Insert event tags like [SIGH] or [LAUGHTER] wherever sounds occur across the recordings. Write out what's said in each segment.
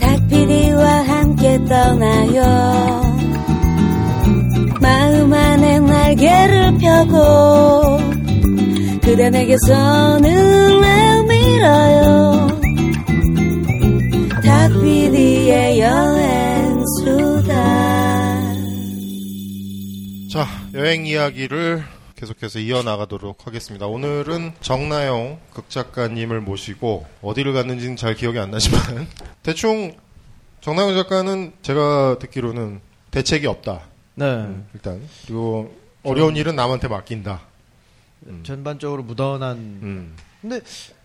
닭피디와 함께 떠나요 마음 안에 날개를 펴고 그대 내게 손을 내밀어요 닭피디의 여행수다 자, 여행 이야기를 계속해서 이어나가도록 하겠습니다. 오늘은 정나영 극작가님을 모시고 어디를 갔는지는 잘 기억이 안 나지만 [LAUGHS] 대충 정나영 작가는 제가 듣기로는 대책이 없다. 네. 일단 그리고 어려운 일은 남한테 맡긴다. 전반적으로 무던한. 음. 근데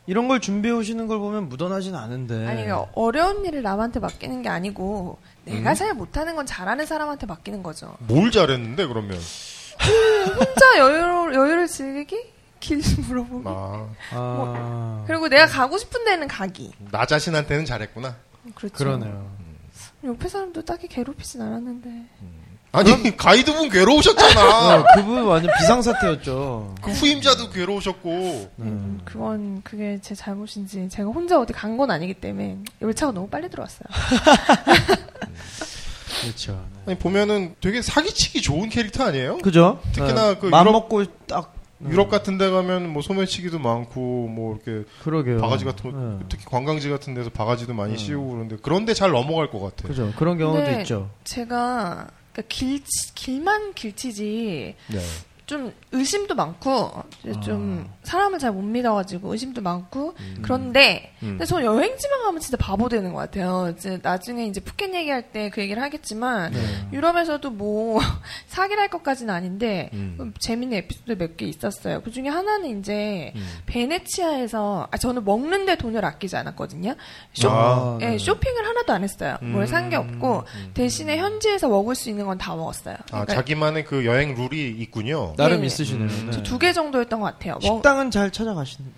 이런 걸 준비해 오시는 걸 보면 무던하진 않은데. 아니 그러니까 어려운 일을 남한테 맡기는 게 아니고 음. 내가 잘 못하는 건 잘하는 사람한테 맡기는 거죠. 뭘 잘했는데 그러면? 혼자 여유로, 여유를 즐기기? 길 물어보기? 아, 아, 뭐 그리고 내가 가고 싶은 데는 가기. 나 자신한테는 잘했구나. 그렇죠. 그러네요. 옆에 사람도 딱히 괴롭히진 않았는데. 네. 아니 가이드분 [LAUGHS] 괴로우셨잖아. 아, 그분 완전 비상사태였죠. 그 후임자도 괴로우셨고. 음, 그건 그게 제 잘못인지 제가 혼자 어디 간 건 아니기 때문에 열차가 너무 빨리 들어왔어요. 그렇죠. 아니 보면은 되게 사기치기 좋은 캐릭터 아니에요? 그죠? 특히나 그 맘 유럽- 먹고 딱 유럽 같은 데 가면 뭐 소매치기도 많고 뭐 이렇게 그러게요. 바가지 같은 거 네. 특히 관광지 같은 데서 바가지도 음. 많이 씌우고 그런데 그런데 잘 넘어갈 것 같아. 그죠. 그런 경우도 근데 있죠. 제가 그러니까 길 길만 길치지 네. 좀 의심도 많고 이제 좀 아. 사람을 잘 못 믿어가지고 의심도 많고 그런데 음. 근데 저 여행지만 가면 진짜 바보 되는 것 같아요. 이제 나중에 이제 푸켓 얘기할 때 그 얘기를 하겠지만 네. 네. 유럽에서도 뭐 [LAUGHS] 사기랄 것까지는 아닌데 음. 재밌는 에피소드 몇 개 있었어요. 그 중에 하나는 이제 음. 베네치아에서 아, 저는 먹는데 돈을 아끼지 않았거든요. 쇼, 아, 예, 네. 음, 쇼핑을 하나도 안 했어요. 뭘 산 게 없고 대신에 현지에서 먹을 수 있는 건 다 먹었어요. 아 그러니까 자기만의 그 여행 룰이 있군요. 나름 네. 있으시네요. 네. 두뭐 개 정도였던 것 같아요. 먹- 식당은 [LAUGHS] 잘 찾아가시는.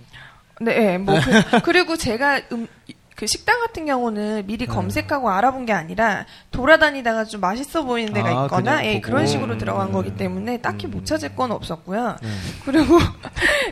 네, 예, 뭐 [LAUGHS] 그, 그리고 제가 음, 그 식당 같은 경우는 네. 미리 검색하고 알아본 게 아니라 돌아다니다가 좀 맛있어 보이는 데가 아, 있거나 그냥 예, 보고. 음, 그런 식으로 들어간 거기 때문에 딱히 못 찾을 건 없었고요. 네. 그리고 [LAUGHS]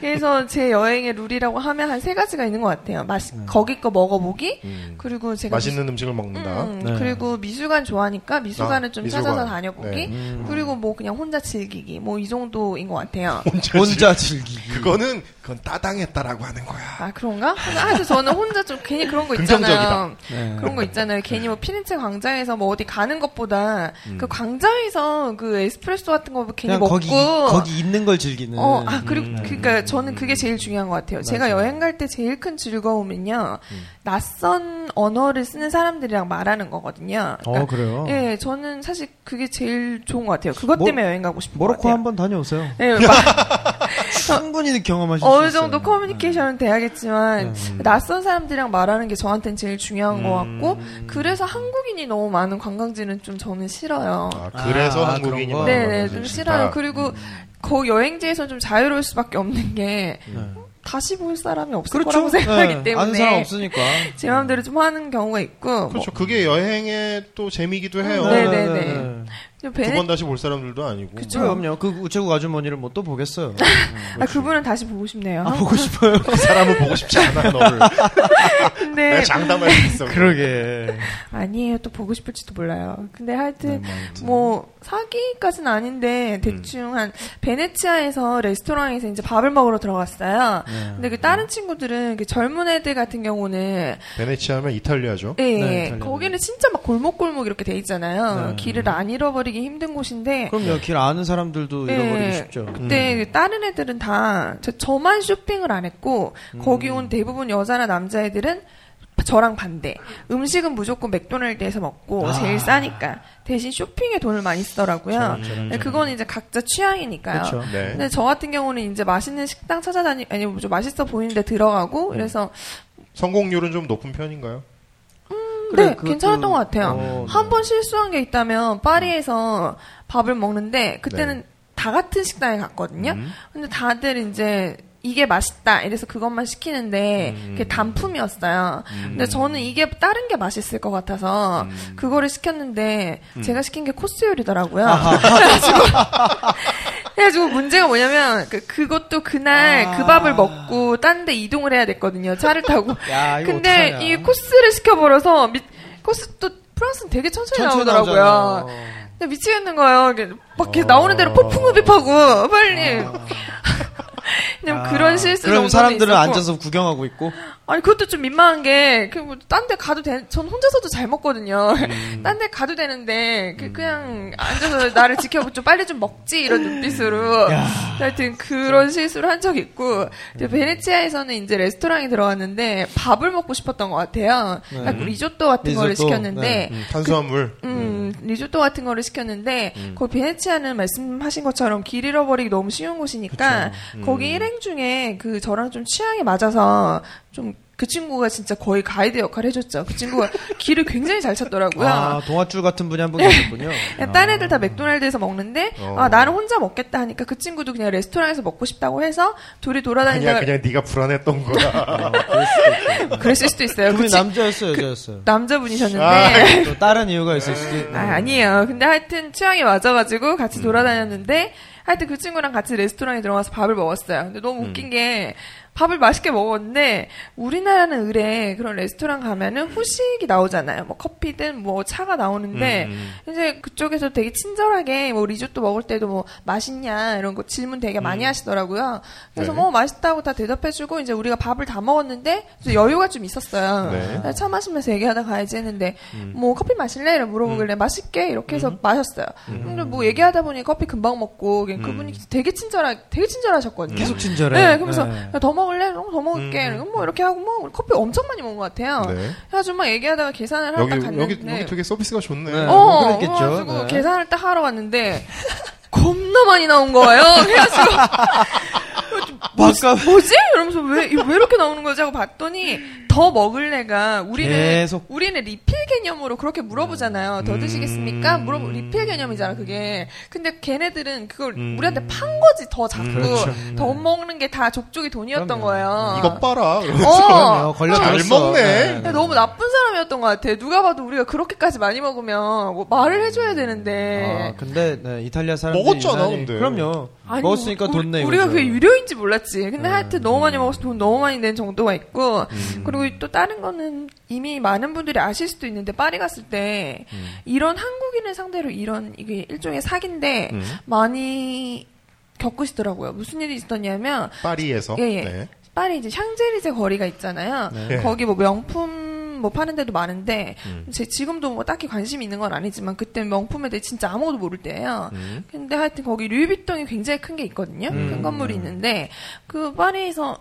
그래서 제 여행의 룰이라고 하면 한 세 가지가 있는 것 같아요. 맛 네. 거기 거 먹어보기 음. 그리고 제가 맛있는 음식을 먹는다. 음, 네. 그리고 미술관 좋아하니까 미술관을 어? 아, 좀 미술관. 찾아서 다녀보기 네. 그리고 뭐 그냥 혼자 즐기기 뭐 이 정도인 것 같아요. 혼자 즐기기. 그거는 그건 따당했다라고 하는 거야. 아 그런가? 아, 그래서 저는 혼자 좀 괜히 그런 거 긍정적이다. 있잖아요. 네. 그런 거 있잖아요. 괜히 뭐 피렌체 광장에서 뭐 어디 가는 것보다 음. 그 광장에서 그 에스프레소 같은 거 괜히 그냥 먹고 거기 거기 있는 걸 즐기는. 어, 네. 아, 그리고, 음. 그니까 저는 그게 제일 중요한 것 같아요. 제가 여행 갈 때 제일 큰 즐거움은요, 음. 낯선 언어를 쓰는 사람들이랑 말하는 거거든요. 어, 그래요? 예, 저는 사실 그게 제일 좋은 것 같아요. 그것 모- 때문에 여행 가고 싶은 것 뭐, 모로코 같아요. 네. 한번 다녀오세요. [LAUGHS] 예, 마- 충분히 경험하실 수 있어요. 네. 음. 어느 정도 커뮤니케이션은 돼야겠지만, 낯선 사람들이랑 말하는 게 저한테는 제일 중요한 것 같고, 음. 그래서 한국인이 너무 많은 관광지는 좀 저는 싫어요. 아, 그래서 아, 음. 한국인이 그런 거? 많은 네네, 거는 좀 싫다. 싫어요. 그리고 그 여행지에서 좀 자유로울 수밖에 없는 게 네. 다시 볼 사람이 없을 그렇죠. 거라고 생각하기 네. 아는 사람 때문에 없으니까. 제 마음대로 좀 하는 경우가 있고 뭐 그렇죠. 그게 여행의 또 재미기도 해요. 네, 네. 두 뭐, 베네... 번 다시 볼 사람들도 아니고. 그쵸. 그럼요. 그 우체국 아주머니를 뭐 또 [LAUGHS] 보겠어요. 아, 그분은 다시 보고 싶네요. 아, 보고 싶어요. 그 사람을 보고 싶지 [LAUGHS] 않아 너를. 근데 네. 내가 장담할 수 있어. [LAUGHS] 그러게. 아니에요. 또 보고 싶을지도 몰라요. 근데 하여튼 네, 뭐 사기까지는 아닌데 대충 음. 한 베네치아에서 레스토랑에서 이제 밥을 먹으러 들어갔어요. 네. 근데 그 다른 친구들은 그 젊은 애들 같은 경우는 베네치아면 이탈리아죠. 예, 네, 예. 이탈리아. 거기는 진짜 막 골목골목 이렇게 돼 있잖아요. 네. 길을 안 잃어버리기 힘든 곳인데 그럼요. 길 아는 사람들도 잃어버리기 예. 쉽죠. 그때 다른 애들은 다 저, 만 쇼핑을 안 했고 거기 온 대부분 여자나 남자애들은 저랑 반대. 음식은 무조건 맥도날드에서 먹고 제일 싸니까 대신 쇼핑에 돈을 많이 쓰더라고요. 근데 그건 이제 각자 취향이니까요. 그렇죠. 네. 근데 저 같은 경우는 이제 맛있는 식당 찾아다니 아니 뭐좀 맛있어 보이는데 들어가고 그래서 성공률은 좀 높은 편인가요? 그래, 네, 그것도- 괜찮았던 것 같아요. 어, 한 번 실수한 게 있다면 파리에서 밥을 먹는데 네. 그때는 다 같은 식당에 갔거든요. 음. 근데 다들 이제 이게 맛있다 이래서 그것만 시키는데 그게 음. 단품이었어요. 근데 저는 이게 다른 게 맛있을 것 같아서 음. 아, [LAUGHS] 그거를 시켰는데 제가 시킨 게 코스 요리더라고요. 그래가지고 그래가지고 문제가 뭐냐면 그, 그것도 그날 아. 그 밥을 먹고 딴 데 이동을 해야 됐거든요. 차를 타고. 음. 야, 이거 근데 어떡하냐. 이 코스를 시켜버려서 미- 코스 또 프랑스는 되게 천천히, 천천히 나오더라고요. 나오잖아. 근데 미치겠는 거예요. 이게 막 이렇게 어. 나오는 대로 폭풍흡입하고 빨리. [LAUGHS] 그냥 어. 아, 그런 실수 그럼 정도는 사람들은 있었고. 앉아서 구경하고 있고 아니 그것도 좀 민망한 게 그 뭐 딴 데 가도 되, 전 혼자서도 잘 먹거든요. 음. [LAUGHS] 딴 데 가도 되는데 그, 그냥 앉아서 나를 지켜보고 좀 빨리 좀 먹지 이런 눈빛으로 하여튼 그런 실수를 한 적이 있고 근데 음. 베네치아에서는 이제 레스토랑에 들어갔는데 밥을 먹고 싶었던 것 같아요. 그러니까 리조또 같은 거를 네. 리조또, 시켰는데 네. 음, 탄수화물. 음, 리조또 같은 거를 시켰는데, 거기 베네치아는 말씀하신 것처럼 길 잃어버리기 너무 쉬운 곳이니까, 거기 일행 중에 그 저랑 좀 취향이 맞아서, 좀 그 친구가 진짜 거의 가이드 역할을 해줬죠. 그 친구가 길을 굉장히 잘 찾더라고요. 아 동아줄 같은 분이 한 분 [LAUGHS] 계셨군요. 그냥 딴 애들 다 맥도날드에서 먹는데, 어. 아, 나는 혼자 먹겠다 하니까 그 친구도 그냥 레스토랑에서 먹고 싶다고 해서, 둘이 그냥 돌아다니다가, 그냥 네가 불안했던 거야. [LAUGHS] 그랬을 수도 있어요. 그 [LAUGHS] 그분이 친- 남자였어요, 여자였어요. 남자분이셨는데, 또 다른 이유가 있을 수도 음. 있고. 아, 아니에요. 근데 하여튼 취향이 맞아가지고 같이 돌아다녔는데 하여튼 그 친구랑 같이 레스토랑에 들어가서 밥을 먹었어요. 근데 너무 음. 웃긴 게 밥을 맛있게 먹었는데 우리나라는 의뢰 그런 레스토랑 가면은 음. 후식이 나오잖아요. 뭐 커피든 뭐 차가 나오는데 음, 이제 그쪽에서 되게 친절하게 뭐 리조또 먹을 때도 뭐 맛있냐 이런 거 질문 되게 많이 하시더라고요. 그래서 음. 네. 뭐 맛있다고 다 대답해주고 이제 우리가 밥을 다 먹었는데 좀 여유가 좀 있었어요. 네. 그래서 차 마시면서 얘기하다 가야지 했는데 음. 뭐 커피 마실래? 이러 물어보길래 맛있게 이렇게 해서 마셨어요. 음. 근데 뭐 얘기하다 보니 커피 금방 먹고 그냥 그분이 되게 친절하 되게 친절하셨거든요. 계속 친절해. [LAUGHS] 네, 그러면서 네. 음. 야, 더 먹을래? 그럼 더 먹을게. 뭐 이렇게 하고 뭐 우리 커피 엄청 많이 먹은 것 같아요. 네. 그래서 막 얘기하다가 계산을 하러 여기 딱 갔는데 여기 여기 되게 서비스가 좋네. 네. 어? 어, 뭐 그랬겠죠. 그래가지고 네. 계산을 딱 하러 갔는데 겁나 많이 나온 거예요. [LAUGHS] 그래가지고 아, 막가 뭐지? 이러면서 왜, 이거 왜 이렇게 나오는 거지? 하고 봤더니 더 먹을래가 우리는 계속. 음. 우리는 리필 개념으로 그렇게 물어보잖아요. 더 드시겠습니까? 물어보 리필 개념이잖아 그게. 근데 걔네들은 그걸 우리한테 판 거지 더 잡고 음. 그렇죠. 더 먹는 게 다 족족이 돈이었던 그럼요. 음, 거예요. 이거 봐라. 어. 걸려 잘 먹네. 근데 너무 나쁜 사람이었던 것 같아. 누가 봐도 우리가 그렇게까지 많이 먹으면 뭐 말을 해줘야 되는데. 아, 근데 네, 이탈리아 사람들이 먹었잖아, 유난히- 근데. 그럼요. 아니, 뭐, 먹었으니까 우리- 돈 내. 우리가 이거죠. 음, 그게 유료인지 몰랐지. 근데 하여튼 너무 많이 먹어서 돈 너무 많이 낸 정도가 있고, 그리고 또 다른 거는 이미 많은 분들이 아실 수도 있는데, 파리 갔을 때, 음. 이런 한국인을 상대로 이런, 이게 일종의 사기인데, 음. 많이 겪으시더라고요. 무슨 일이 있었냐면, 파리에서. 예, 예. 네. 파리 이제 샹젤리제 거리가 있잖아요. 네. 거기 뭐 명품 뭐 파는 데도 많은데 음. 제 지금도 뭐 딱히 관심이 있는 건 아니지만 그때 명품에 대해 진짜 아무것도 모를 때예요. 음. 근데 하여튼 거기 류이비통이 굉장히 큰 게 있거든요. 큰 건물이 있는데 그 파리에서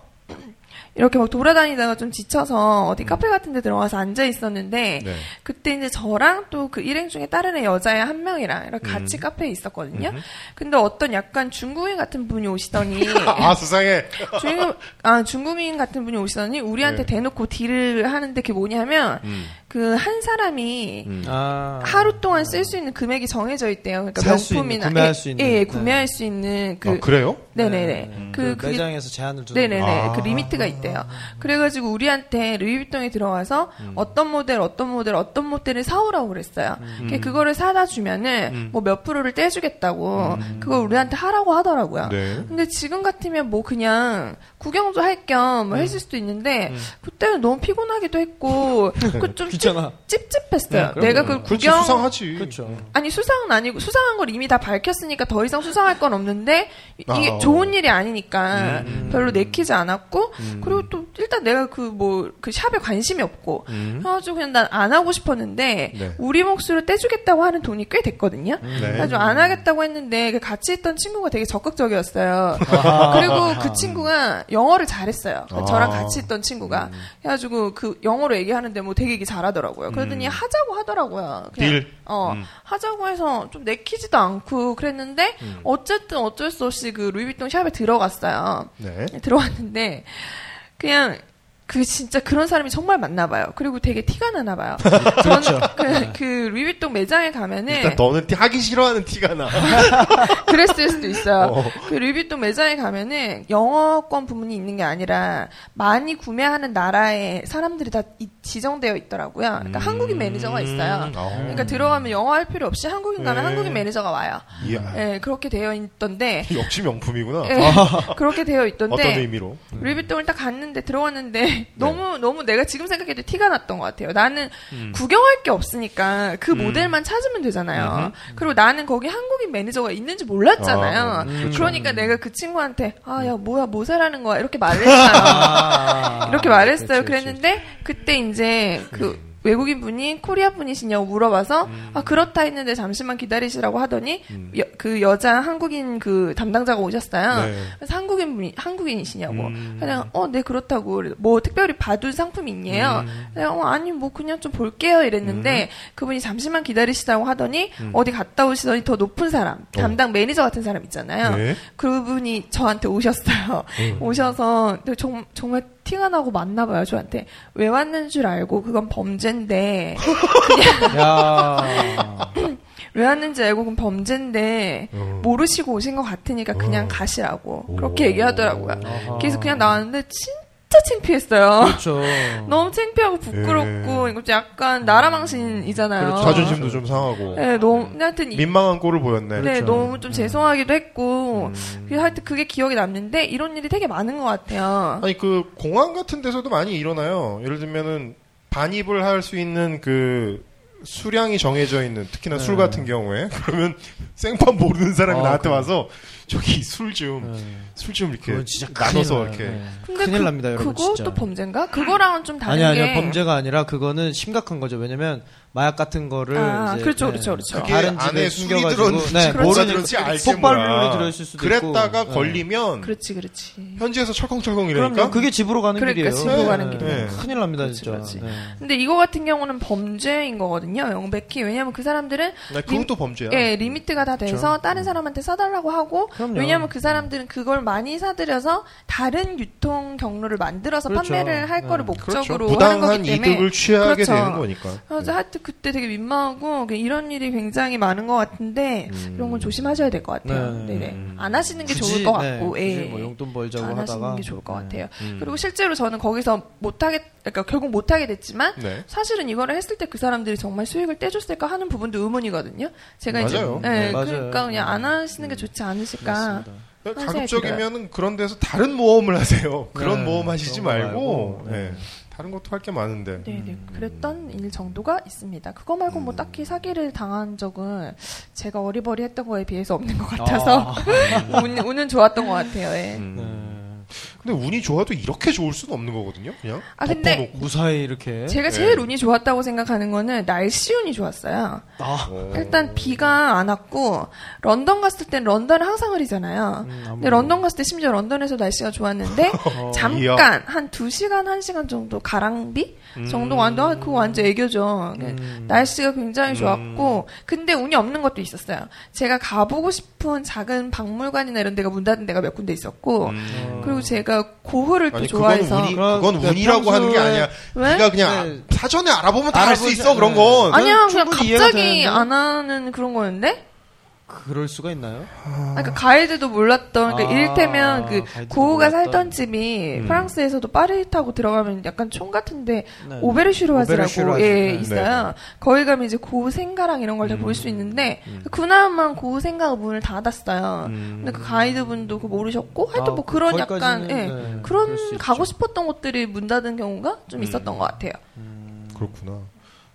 이렇게 막 돌아다니다가 좀 지쳐서 어디 카페 같은 데 들어가서 앉아 있었는데 음. 네. 그때 이제 저랑 또 그 일행 중에 다른 애 여자애 한 명이랑 음. 이렇게 같이 카페에 있었거든요. 근데 어떤 약간 중국인 같은 [LAUGHS] 분이 오시더니 아 수상해. 중국, 아, 중국인 같은 분이 오시더니 우리한테 네. 대놓고 딜을 하는데 그게 뭐냐면 그 한 사람이 음. 아, 하루 동안 쓸 수 있는 금액이 정해져 있대요. 그러니까 살수 명품이나 있는, 구매할 예, 수 있는. 예, 네. 구매할 수 있는 그 아, 그래요? 네네네 그 그 그게 매장에서 제한을 주는. 네네네 아. 그 리미트가 있대요. 그래가지고 우리한테 루이비통에 들어와서 음. 어떤 모델 어떤 모델 어떤 모델을 사오라고 그랬어요. 음. 그 그거를 사다 주면은 뭐 몇 프로를 떼주겠다고 음. 그걸 우리한테 하라고 하더라고요. 네. 근데 지금 같으면 뭐 그냥 구경도 할 겸뭐 음. 했을 수도 있는데 그때는 너무 피곤하기도 했고 [LAUGHS] 그좀 귀찮아. 찝찝했어요. 네, 그럼요. 내가 그걸 그렇지 구경 수상하지. 그렇죠. 아니 수상은 아니고 수상한 걸 이미 다 밝혔으니까 더 이상 수상할 건 없는데 이- 이게 아. 음. 좋은 일이 아니니까 별로 내키지 않았고 그리고 또 일단 내가 그 뭐 그 샵에 관심이 없고 그래가지고 그냥 난 안 하고 싶었는데 음. 네. 우리 몫으로 떼주겠다고 하는 돈이 꽤 됐거든요. 네. 그래가지고 안 하겠다고 했는데 그 같이 있던 친구가 되게 적극적이었어요. 그리고 그 친구가 영어를 잘했어요. 아. 음. 저랑 같이 있던 친구가 해가지고 그 영어로 얘기하는데 뭐 되게 얘기 잘하더라고요. 그러더니 하자고 하더라고요. 그냥, 음. 딜. 음. 어 하자고 해서 좀 내키지도 않고 그랬는데 음. 어쨌든 어쩔 수 없이 그 루이비통 샵에 들어갔어요. 네. 들어왔는데 그냥 그 진짜 그런 사람이 정말 많나 봐요. 그리고 되게 티가 [LAUGHS] 나나 봐요. 저는 그, 그 루이비통 매장에 가면은 그렇죠. 일단 너는 티- 하기 싫어하는 티가 나. 그랬을 수도 있어요. 어. 그 루이비통 매장에 가면은 영어권 부문이 있는 게 아니라 많이 구매하는 나라의 사람들이 다 있- 지정되어 있더라고요. 그러니까 음. 한국인 매니저가 있어요. 아우. 그러니까 들어가면 영어 할 필요 없이 한국인 가면 음. 네. 한국인 매니저가 와요. 이야. 예, 그렇게 되어 있던데 역시 명품이구나. 예, 그렇게 되어 아. 어떤 있던데 의미로? 루이비통을 딱 갔는데 들어왔는데 [LAUGHS] 너무 너무 내가 지금 생각해도 티가 났던 것 같아요. 나는 구경할 게 없으니까 그 모델만 찾으면 되잖아요. 그리고 나는 거기 한국인 매니저가 있는지 몰랐잖아요. 아, 그러니까 내가 그 친구한테 아 야 뭐야 뭐 사라는 거야 이렇게 [LAUGHS] 말했어요. 아. 이렇게 말했어요. 아, 그랬는데그때 이제 그 외국인 분이 코리아 분이시냐고 물어봐서 아 그렇다 했는데 잠시만 기다리시라고 하더니 여- 그 여자 한국인 그 담당자가 오셨어요. 네. 그래서 한국인 분이 한국인이시냐고 음. 그냥 어 네 그렇다고 그래서 뭐 특별히 봐둔 상품 있네요. 음. 그냥 어 아니 뭐 그냥 좀 볼게요 이랬는데 그분이 잠시만 기다리시라고 하더니 음. 어디 갔다 오시더니 더 높은 사람 담당 매니저 같은 사람 있잖아요. 어. 네. 음. 그분이 저한테 오셨어요. 오셔서 근데 정, 정말 티가 나고 맞나 봐요. 저한테 왜 왔는 줄 알고 그건 범죄인데 [LAUGHS] 야. 왜 왔는지 알고 그건 범죄인데 어. 모르시고 오신 것 같으니까 그냥 어. 가시라고 오. 그렇게 얘기하더라고요. 아하. 그래서 그냥 나왔는데 진짜 창피했어요. 그렇죠. [LAUGHS] 너무 창피하고 부끄럽고 이거 약간 나라망신이잖아요. 네. 그렇죠. 자존심도 좀 상하고 네, 너무 근데 하여튼 이- 민망한 꼴을 보였네. 그렇죠. 네, 너무 음. 좀 죄송하기도 했고, 그 하여튼 그게 기억에 남는데, 이런 일이 되게 많은 것 같아요. 아니 그 공항 같은 데서도 많이 일어나요. 예를 들면은 반입을 할 수 있는 그 수량이 정해져 있는 특히나 술 같은 경우에 [LAUGHS] 그러면 생판 모르는 사람이 네. 아, 나한테 그래. 와서 저기 술 좀 술 좀 네. 이렇게 그건 진짜 큰일 나눠서 나요. 이렇게 네. 근데 큰일 그, 납니다, 여러분. 그거 진짜. 또 범죄인가? 그거랑은 좀 다른 아니 아니요 게. 범죄가 아니라 그거는 심각한 거죠. 왜냐면 마약 같은 거를 아, 이제, 그렇죠, 네, 그렇죠, 그렇죠. 그게 다른 집에 안에 술이 숨겨가지고 들었는지 네, 뭐가 모르니까 들었는지 알지 폭발물이 몰라. 들어올 수도 그랬다가 있고. 네. 걸리면 그렇지, 그렇지. 현지에서 철컹철컹이라니까. 그럼요. 그게 집으로 가는 그러니까 길이에요. 네. 집으로 그렇죠, 가는 길이에요. 큰일 납니다 그렇지, 진짜. 그렇지. 네. 근데 이거 같은 경우는 범죄인 거거든요, 영백희. 왜냐면 그 사람들은 네, 그것도 범죄야. 예, 리미트가 다 돼서 다른 사람한테 사달라고 하고 그렇죠. 음. 그럼요. 음. 왜냐하면 그 사람들은 그걸 많이 사들여서 다른 유통 경로를 만들어서 그렇죠. 판매를 할 거를 네. 그렇죠. 목적으로 하는 부당한 거기 때문에 이득을 취하게 그렇죠. 되는 거니까. 그래서 하여튼 그때 되게 민망하고 이런 일이 굉장히 많은 것 같은데 이런 건 조심하셔야 될 것 같아요. 음. 네. 네. 네안 하시는 게 굳이, 좋을 것 네, 같고, 굳이 예. 뭐 용돈 벌자고 안 하다가. 하시는 게 좋을 것 네. 같아요. 음. 그리고 실제로 저는 거기서 못하게, 그러니까 결국 못하게 됐지만 네. 사실은 이거를 했을 때 그 사람들이 정말 수익을 떼줬을까 하는 부분도 의문이거든요. 제가 맞아요. 이제 네, 예, 맞아요. 그러니까 그냥 안 하시는 게 좋지 않으실까. 맞습니다. 하셔야 그러니까 가급적이면 그런 데서 다른 모험을 하세요. 그런 네, 모험 하시지 그런 거 말고, 말고, 네. 네. 다른 것도 할 게 많은데. 네, 네. 음. 그랬던 일 정도가 있습니다. 그거 말고 뭐 딱히 사기를 당한 적은 제가 어리버리했던 거에 비해서 없는 것 같아서 [LAUGHS] 운, 운은 좋았던 것 같아요. 예. 네. 근데 운이 좋아도 이렇게 좋을 수는 없는 거거든요. 그냥 아 근데 덮어놓고. 무사히 이렇게. 제가 네. 제일 운이 좋았다고 생각하는 거는 날씨 운이 좋았어요. 아. 일단 비가 안 왔고 런던 갔을 땐 런던 항상 흐리잖아요. 음, 근데 런던 갔을 때 심지어 런던에서 [LAUGHS] 날씨가 좋았는데 어, 잠깐 한 2시간 1시간 정도 가랑비 음. 정도 완전 아, 그거 완전 애교죠. 네. 날씨가 음. 굉장히 좋았고 근데 운이 없는 것도 있었어요. 제가 가보고 싶은 작은 박물관이나 이런 데가 문 닫은 데가 몇 군데 있었고 어, 그리고 제가 고흐를 어, 또 아니 그건 좋아해서 운이 음. 그럼 그건 그냥 운이라고 하는 게 평소에- 아니야. 왜? 네가 그냥 그러니까 네. 사전에 알아보면 다 알 수 알아보지- 있어 그런 네. 건. 아니, 아니야 저는 그냥 충분히 이해가 갑자기 되는데. 안 하는 그런 거였는데 그럴 수가 있나요? 아, 그러니까 가이드도 몰랐던 그러니까 아, 이를테면 그 가이드도 고흐가 몰랐던. 음. 살던 집이 프랑스에서도 파리 타고 들어가면 약간 총 같은데 네. 오베르슈르와즈라고 오베르슈르와즈. 예 네. 있어요. 거기 가면 이제 고흐 생가랑 이런 걸 다 볼 음. 수 있는데 그나마 고흐 생가가 문을 닫았어요. 근데 그 가이드분도 그 모르셨고 음. 하여튼 아, 뭐 그런 거기까지는, 약간 예 네, 그런 그럴 수 있죠. 음. 가고 싶었던 곳들이 문 닫은 경우가 좀 있었던 것 같아요. 그렇구나.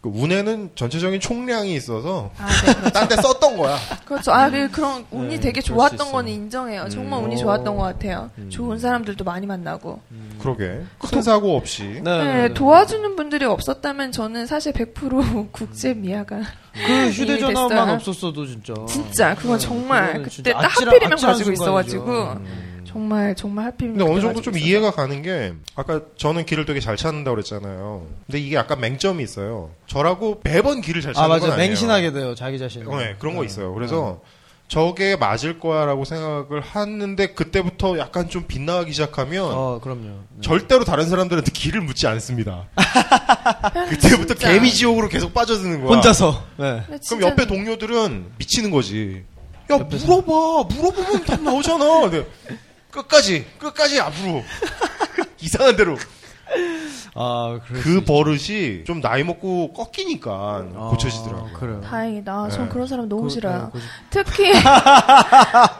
그 운에는 전체적인 총량이 있어서 아, 네. 딴 데 썼던 거야. [LAUGHS] 그렇죠. 아, 그, 그런 운이 네, 되게 그럴 수 좋았던 있어요. 음. 건 인정해요. 정말 운이 오. 좋았던 것 같아요. 좋은 사람들도 많이 만나고. 음. 그러게 큰 사고 없이. 네, 도와주는 분들이 없었다면 저는 사실 100% [LAUGHS] 국제 미아가 그 이미 휴대전화만 음, 됐어요. 없었어도 진짜. 진짜 그건 네, 정말 그거는 그때 진짜 딱 아찔한- 하필이면 아찔한 가지고 순간이죠. 음. 있어가지고 정말 정말 하필이면 근데 어느 그때 정도 좀 가지고 있어서. 이해가 가는 게 아까 저는 길을 되게 잘 찾는다고 그랬잖아요. 근데 이게 약간 맹점이 있어요. 저라고 매번 길을 잘 아 찾는 건 맞아 아니에요. 맹신하게 돼요 자기 자신. 네, 그런 거 있어요. 그래서 저게 맞을 거야라고 생각을 하는데 그때부터 약간 좀 빗나가기 시작하면 어 그럼요. 네. 절대로 다른 사람들한테 길을 묻지 [LAUGHS] 않습니다. 그때부터 진짜. 개미 지옥으로 계속 빠져드는 거야. 혼자서. 네. 근데 그럼 진짜 옆에 동료들은 미치는 거지. 야 물어봐, 물어보면 네. [LAUGHS] 답 나오잖아. 근데 끝까지, 끝까지 앞으로 이상한 대로 아, 그럴 수 그 있죠. 버릇이 좀 나이 먹고 꺾이니까 아, 고쳐지더라고요. 그래요. 다행이다. 전 네. 그런 사람 너무 그- 싫어요. 네, [LAUGHS] 특히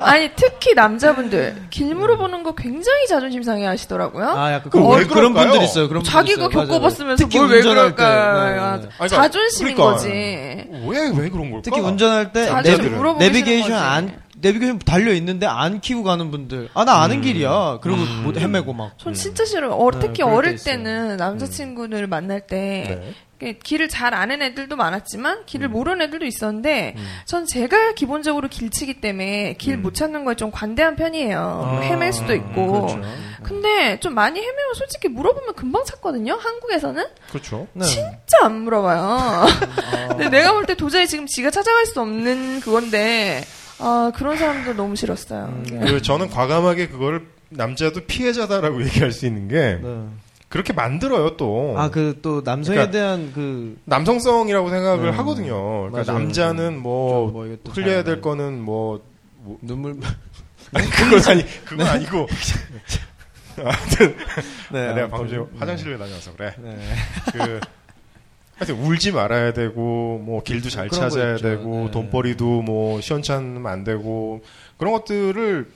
아니 특히 남자분들 길 물어보는 거 굉장히 자존심 상해 하시더라고요. 아, 약간 그럼 그런, 왜 그런 그럴까요? 분들 있어요. 그런 분들 어? 자기가 있어요. 맞아요, 겪어봤으면서 맞아요. 뭘 왜 운전할 때. 그럴까? 네, 네, 네. 아니, 그러니까- 자존심인 그러니까. 거지. 왜, 왜 그런 걸까? 특히 운전할 때 어. 자주 내비, 물어보기 내비게이션 싫은 거지. 안 내비게이션 달려 있는데 안 키고 가는 분들. 아, 나 음. 아는 길이야. 그리고 못 헤매고 막. 전 진짜 싫어요. 어, 네, 특히 그럴 때 어릴 있어요. 음. 때는 남자친구를 만날 때 네. 이렇게 길을 잘 아는 애들도 많았지만 길을 음. 모르는 애들도 있었는데 전 제가 기본적으로 길치기 때문에 길 음. 못 찾는 거에 좀 관대한 편이에요. 헤맬 수도 있고. 아, 그렇죠. 근데 좀 많이 헤매면 솔직히 물어보면 금방 찾거든요. 한국에서는 그렇죠. 네. 진짜 안 [LAUGHS] 물어봐요. 근데 내가 볼 때 도저히 지금 지가 찾아갈 수 없는 그건데 아 그런 사람들 너무 싫었어요. 음. 네. 그 저는 과감하게 그거를 남자도 피해자다라고 얘기할 수 있는 게 네. 그렇게 만들어요 또. 아, 그 또 남성에 그러니까- 대한 그 남성성이라고 생각을 네. 하거든요. 그러니까 맞아요. 남자는 뭐, 저뭐 이것도 흘려야 잘- 될 거는 뭐 눈물 아니 그건 아니 그건 아니고 하여튼 네. 내가 아무튼. 방금 전에 화장실을 다녀와서 그래. 네. 그 하여튼 울지 말아야 되고 뭐 길도 잘 그런 거 찾아야 있죠. 되고 네. 돈벌이도 뭐 시원찮으면 안 되고 그런 것들을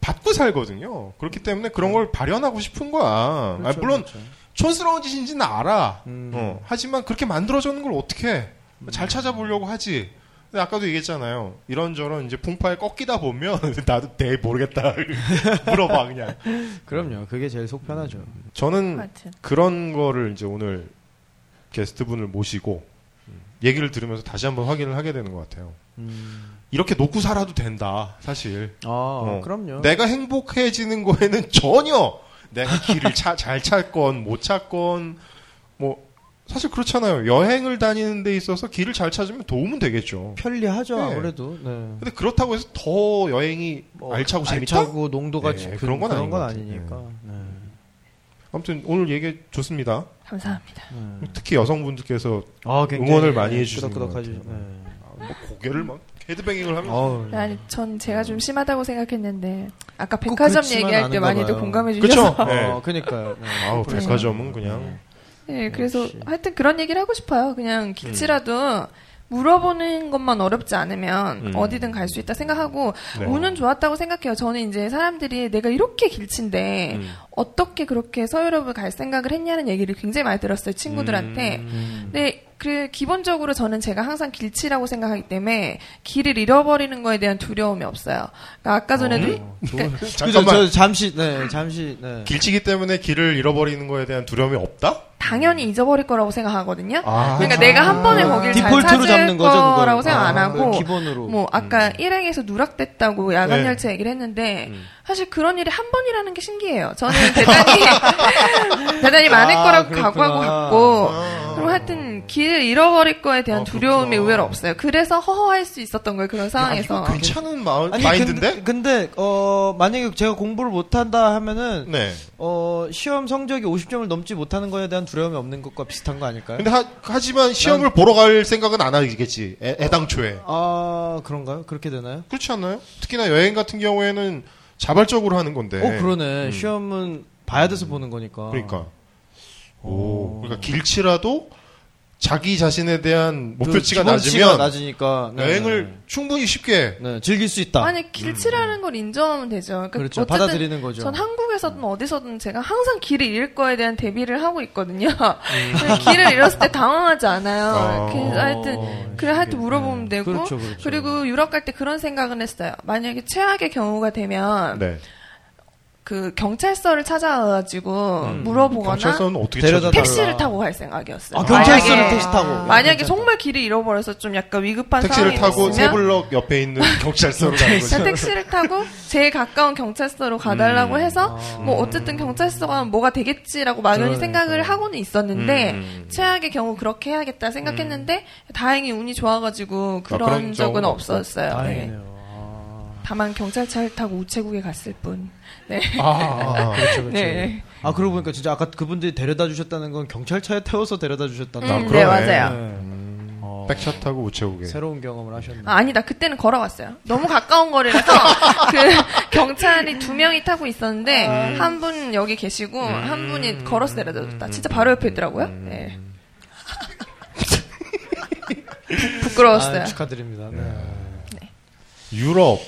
받고 살거든요. 그렇기 때문에 그런 걸 발현하고 싶은 거야. 아, 네. 그렇죠, 물론 그렇죠. 촌스러운 짓인지는 알아. 음. 어, 하지만 그렇게 만들어주는 걸 어떻게 해? 잘 찾아보려고 하지. 근데 아까도 얘기했잖아요. 이런저런 이제 풍파에 꺾이다 보면 [LAUGHS] 나도 대 모르겠다 [LAUGHS] 물어봐 그냥. 그럼요. 그게 제일 속 편하죠. 저는 하여튼 그런 거를 이제 오늘 게스트분을 모시고 음, 얘기를 들으면서 다시 한번 확인을 하게 되는 것 같아요. 음. 이렇게 놓고 살아도 된다, 사실. 아, 어. 그럼요. 내가 행복해지는 거에는 전혀 내가 길을 차- 잘 찾건 못 찾건 뭐 사실 그렇잖아요. 여행을 다니는 데 있어서 길을 잘 찾으면 도움은 되겠죠. 편리하죠. 네. 아무래도. 네. 근데 그렇다고 해서 더 여행이 알차고 재밌다? 뭐, 알차고 농도가 네, 지- 그런 건 아닌 것 아니니까. 네. 아무튼 오늘 얘기 좋습니다. 감사합니다. 네. 특히 여성분들께서 아, 응원을 많이 해주시는 끄덕끄덕하죠. 것 같아요. 네. 뭐 고개를 막 헤드뱅잉을 하면서 어우. 네, 아니 전 제가 좀 심하다고 생각했는데 아까 꼭 백화점 그렇지만 얘기할 때 않은가 많이들 봐요. 공감해 그쵸? 주셔서 [LAUGHS] 네. 어, 그니까요. 네. 아우 백화점은 그냥 네, 그래서 역시. 음. 하여튼 그런 얘기를 하고 싶어요. 그냥 길치라도 물어보는 것만 어렵지 않으면 음. 어디든 갈 수 있다 생각하고 네. 운은 좋았다고 생각해요. 저는 이제 사람들이 내가 이렇게 길친데 음. 어떻게 그렇게 서유럽을 갈 생각을 했냐는 얘기를 굉장히 많이 들었어요. 친구들한테. 음. 네, 그 기본적으로 저는 제가 항상 길치라고 생각하기 때문에 길을 잃어버리는 거에 대한 두려움이 없어요. 그러니까 아까 전에도 어, 그러니까 좋은- 그죠, 음. 잠깐만. 저 잠시, 네, 잠시, 네. 길치기 때문에 길을 잃어버리는 거에 대한 두려움이 없다? 당연히 잊어버릴 거라고 생각하거든요. 아. 그러니까 내가 한 번에 아, 거기를 잘 디폴트로 찾을 잡는 거죠, 그건. 거라고 생각 안 아, 하고 기본으로. 음. 뭐 아까 일행에서 누락됐다고 야간 네. 열차 얘기를 했는데 사실 그런 일이 한 번이라는 게 신기해요. 저는 대단히 [LAUGHS] 대단히 많을 아, 거라고 그렇구나. 아. 각오하고 갔고 그리고 하여튼 길 잃어버릴 거에 대한 두려움이 의외로 없어요. 그래서 허허할 수 있었던 거예요. 그런 상황에서. 괜찮은 마, 아니, 마인드인데? 근데, 근데, 어, 만약에 제가 공부를 못한다 하면은, 네. 어, 시험 성적이 50점을 넘지 못하는 거에 대한 두려움이 없는 것과 비슷한 거 아닐까요? 근데 하, 지만 시험을 보러 갈 생각은 안 하겠지. 애, 애당초에. 아, 그런가요? 그렇게 되나요? 그렇지 않나요? 특히나 여행 같은 경우에는 자발적으로 하는 건데. 어, 그러네. 시험은 봐야 돼서 보는 거니까. 음. 그러니까. 오. 그러니까 길치라도 자기 자신에 대한 그 목표치가 기본치가 낮으면 낮으니까. 네. 여행을 충분히 쉽게 네, 즐길 수 있다. 아니 길치라는 걸 인정하면 되죠. 음, 네. 그러니까 그렇죠. 어쨌든 받아들이는 거죠. 음. 전 한국에서든 어디서든 제가 항상 길을 잃을 거에 대한 대비를 하고 있거든요. 음. [LAUGHS] 그래서 길을 잃었을 때 당황하지 않아요. 아. 그, 하여튼 그래 하여튼 물어보면 되고 어, 그렇죠, 그렇죠. 리고 유럽 갈 때 그런 생각은 했어요. 만약에 최악의 경우가 되면 네. 그 경찰서를 음, 찾아가지고 물어보거나 경찰서는 어떻게 데려다 찾아? 택시- 택시를 타고 갈 생각이었어요. 아, 경찰서를 만약에- 택시 타고. 만약에 괜찮다. 정말 길을 잃어버려서 좀 약간 위급한 택시를 상황이 타고 있으면 네, 세 블럭 옆에 있는 경찰서로 가는 거죠. 자, 택시를 타고 제일 가까운 경찰서로 가달라고 해서 뭐 어쨌든 경찰서가 뭐가 되겠지라고 막연히 생각을 하고는 있었는데 최악의 경우 그렇게 해야겠다 생각했는데 다행히 운이 좋아가지고 그런, 그런 적은 적은 없었어요. 네. 다행이네요. 아, 다만 경찰차를 타고 우체국에 갔을 뿐. 네. 아, 아, 아. 그렇죠, 그렇죠. 네. 아, 그러고 보니까 진짜 아까 그분들이 데려다 주셨다는 건 경찰차에 태워서 데려다 주셨다는 음, 아, 거. 네 그러네. 맞아요. 네. 어, 어. 백차 타고 우체국에. 새로운 경험을 하셨네요. 아, 니다 그때는 걸어왔어요. 너무 가까운 [LAUGHS] 거리라서 그 경찰이 두 명이 타고 있었는데 음. 한 분 여기 계시고 한 분이 걸어서 내려다 진짜 바로 옆에 있더라고요. 음. [LAUGHS] 예. 부- 부끄러웠어요. 아, 축하드립니다. 네. 유럽.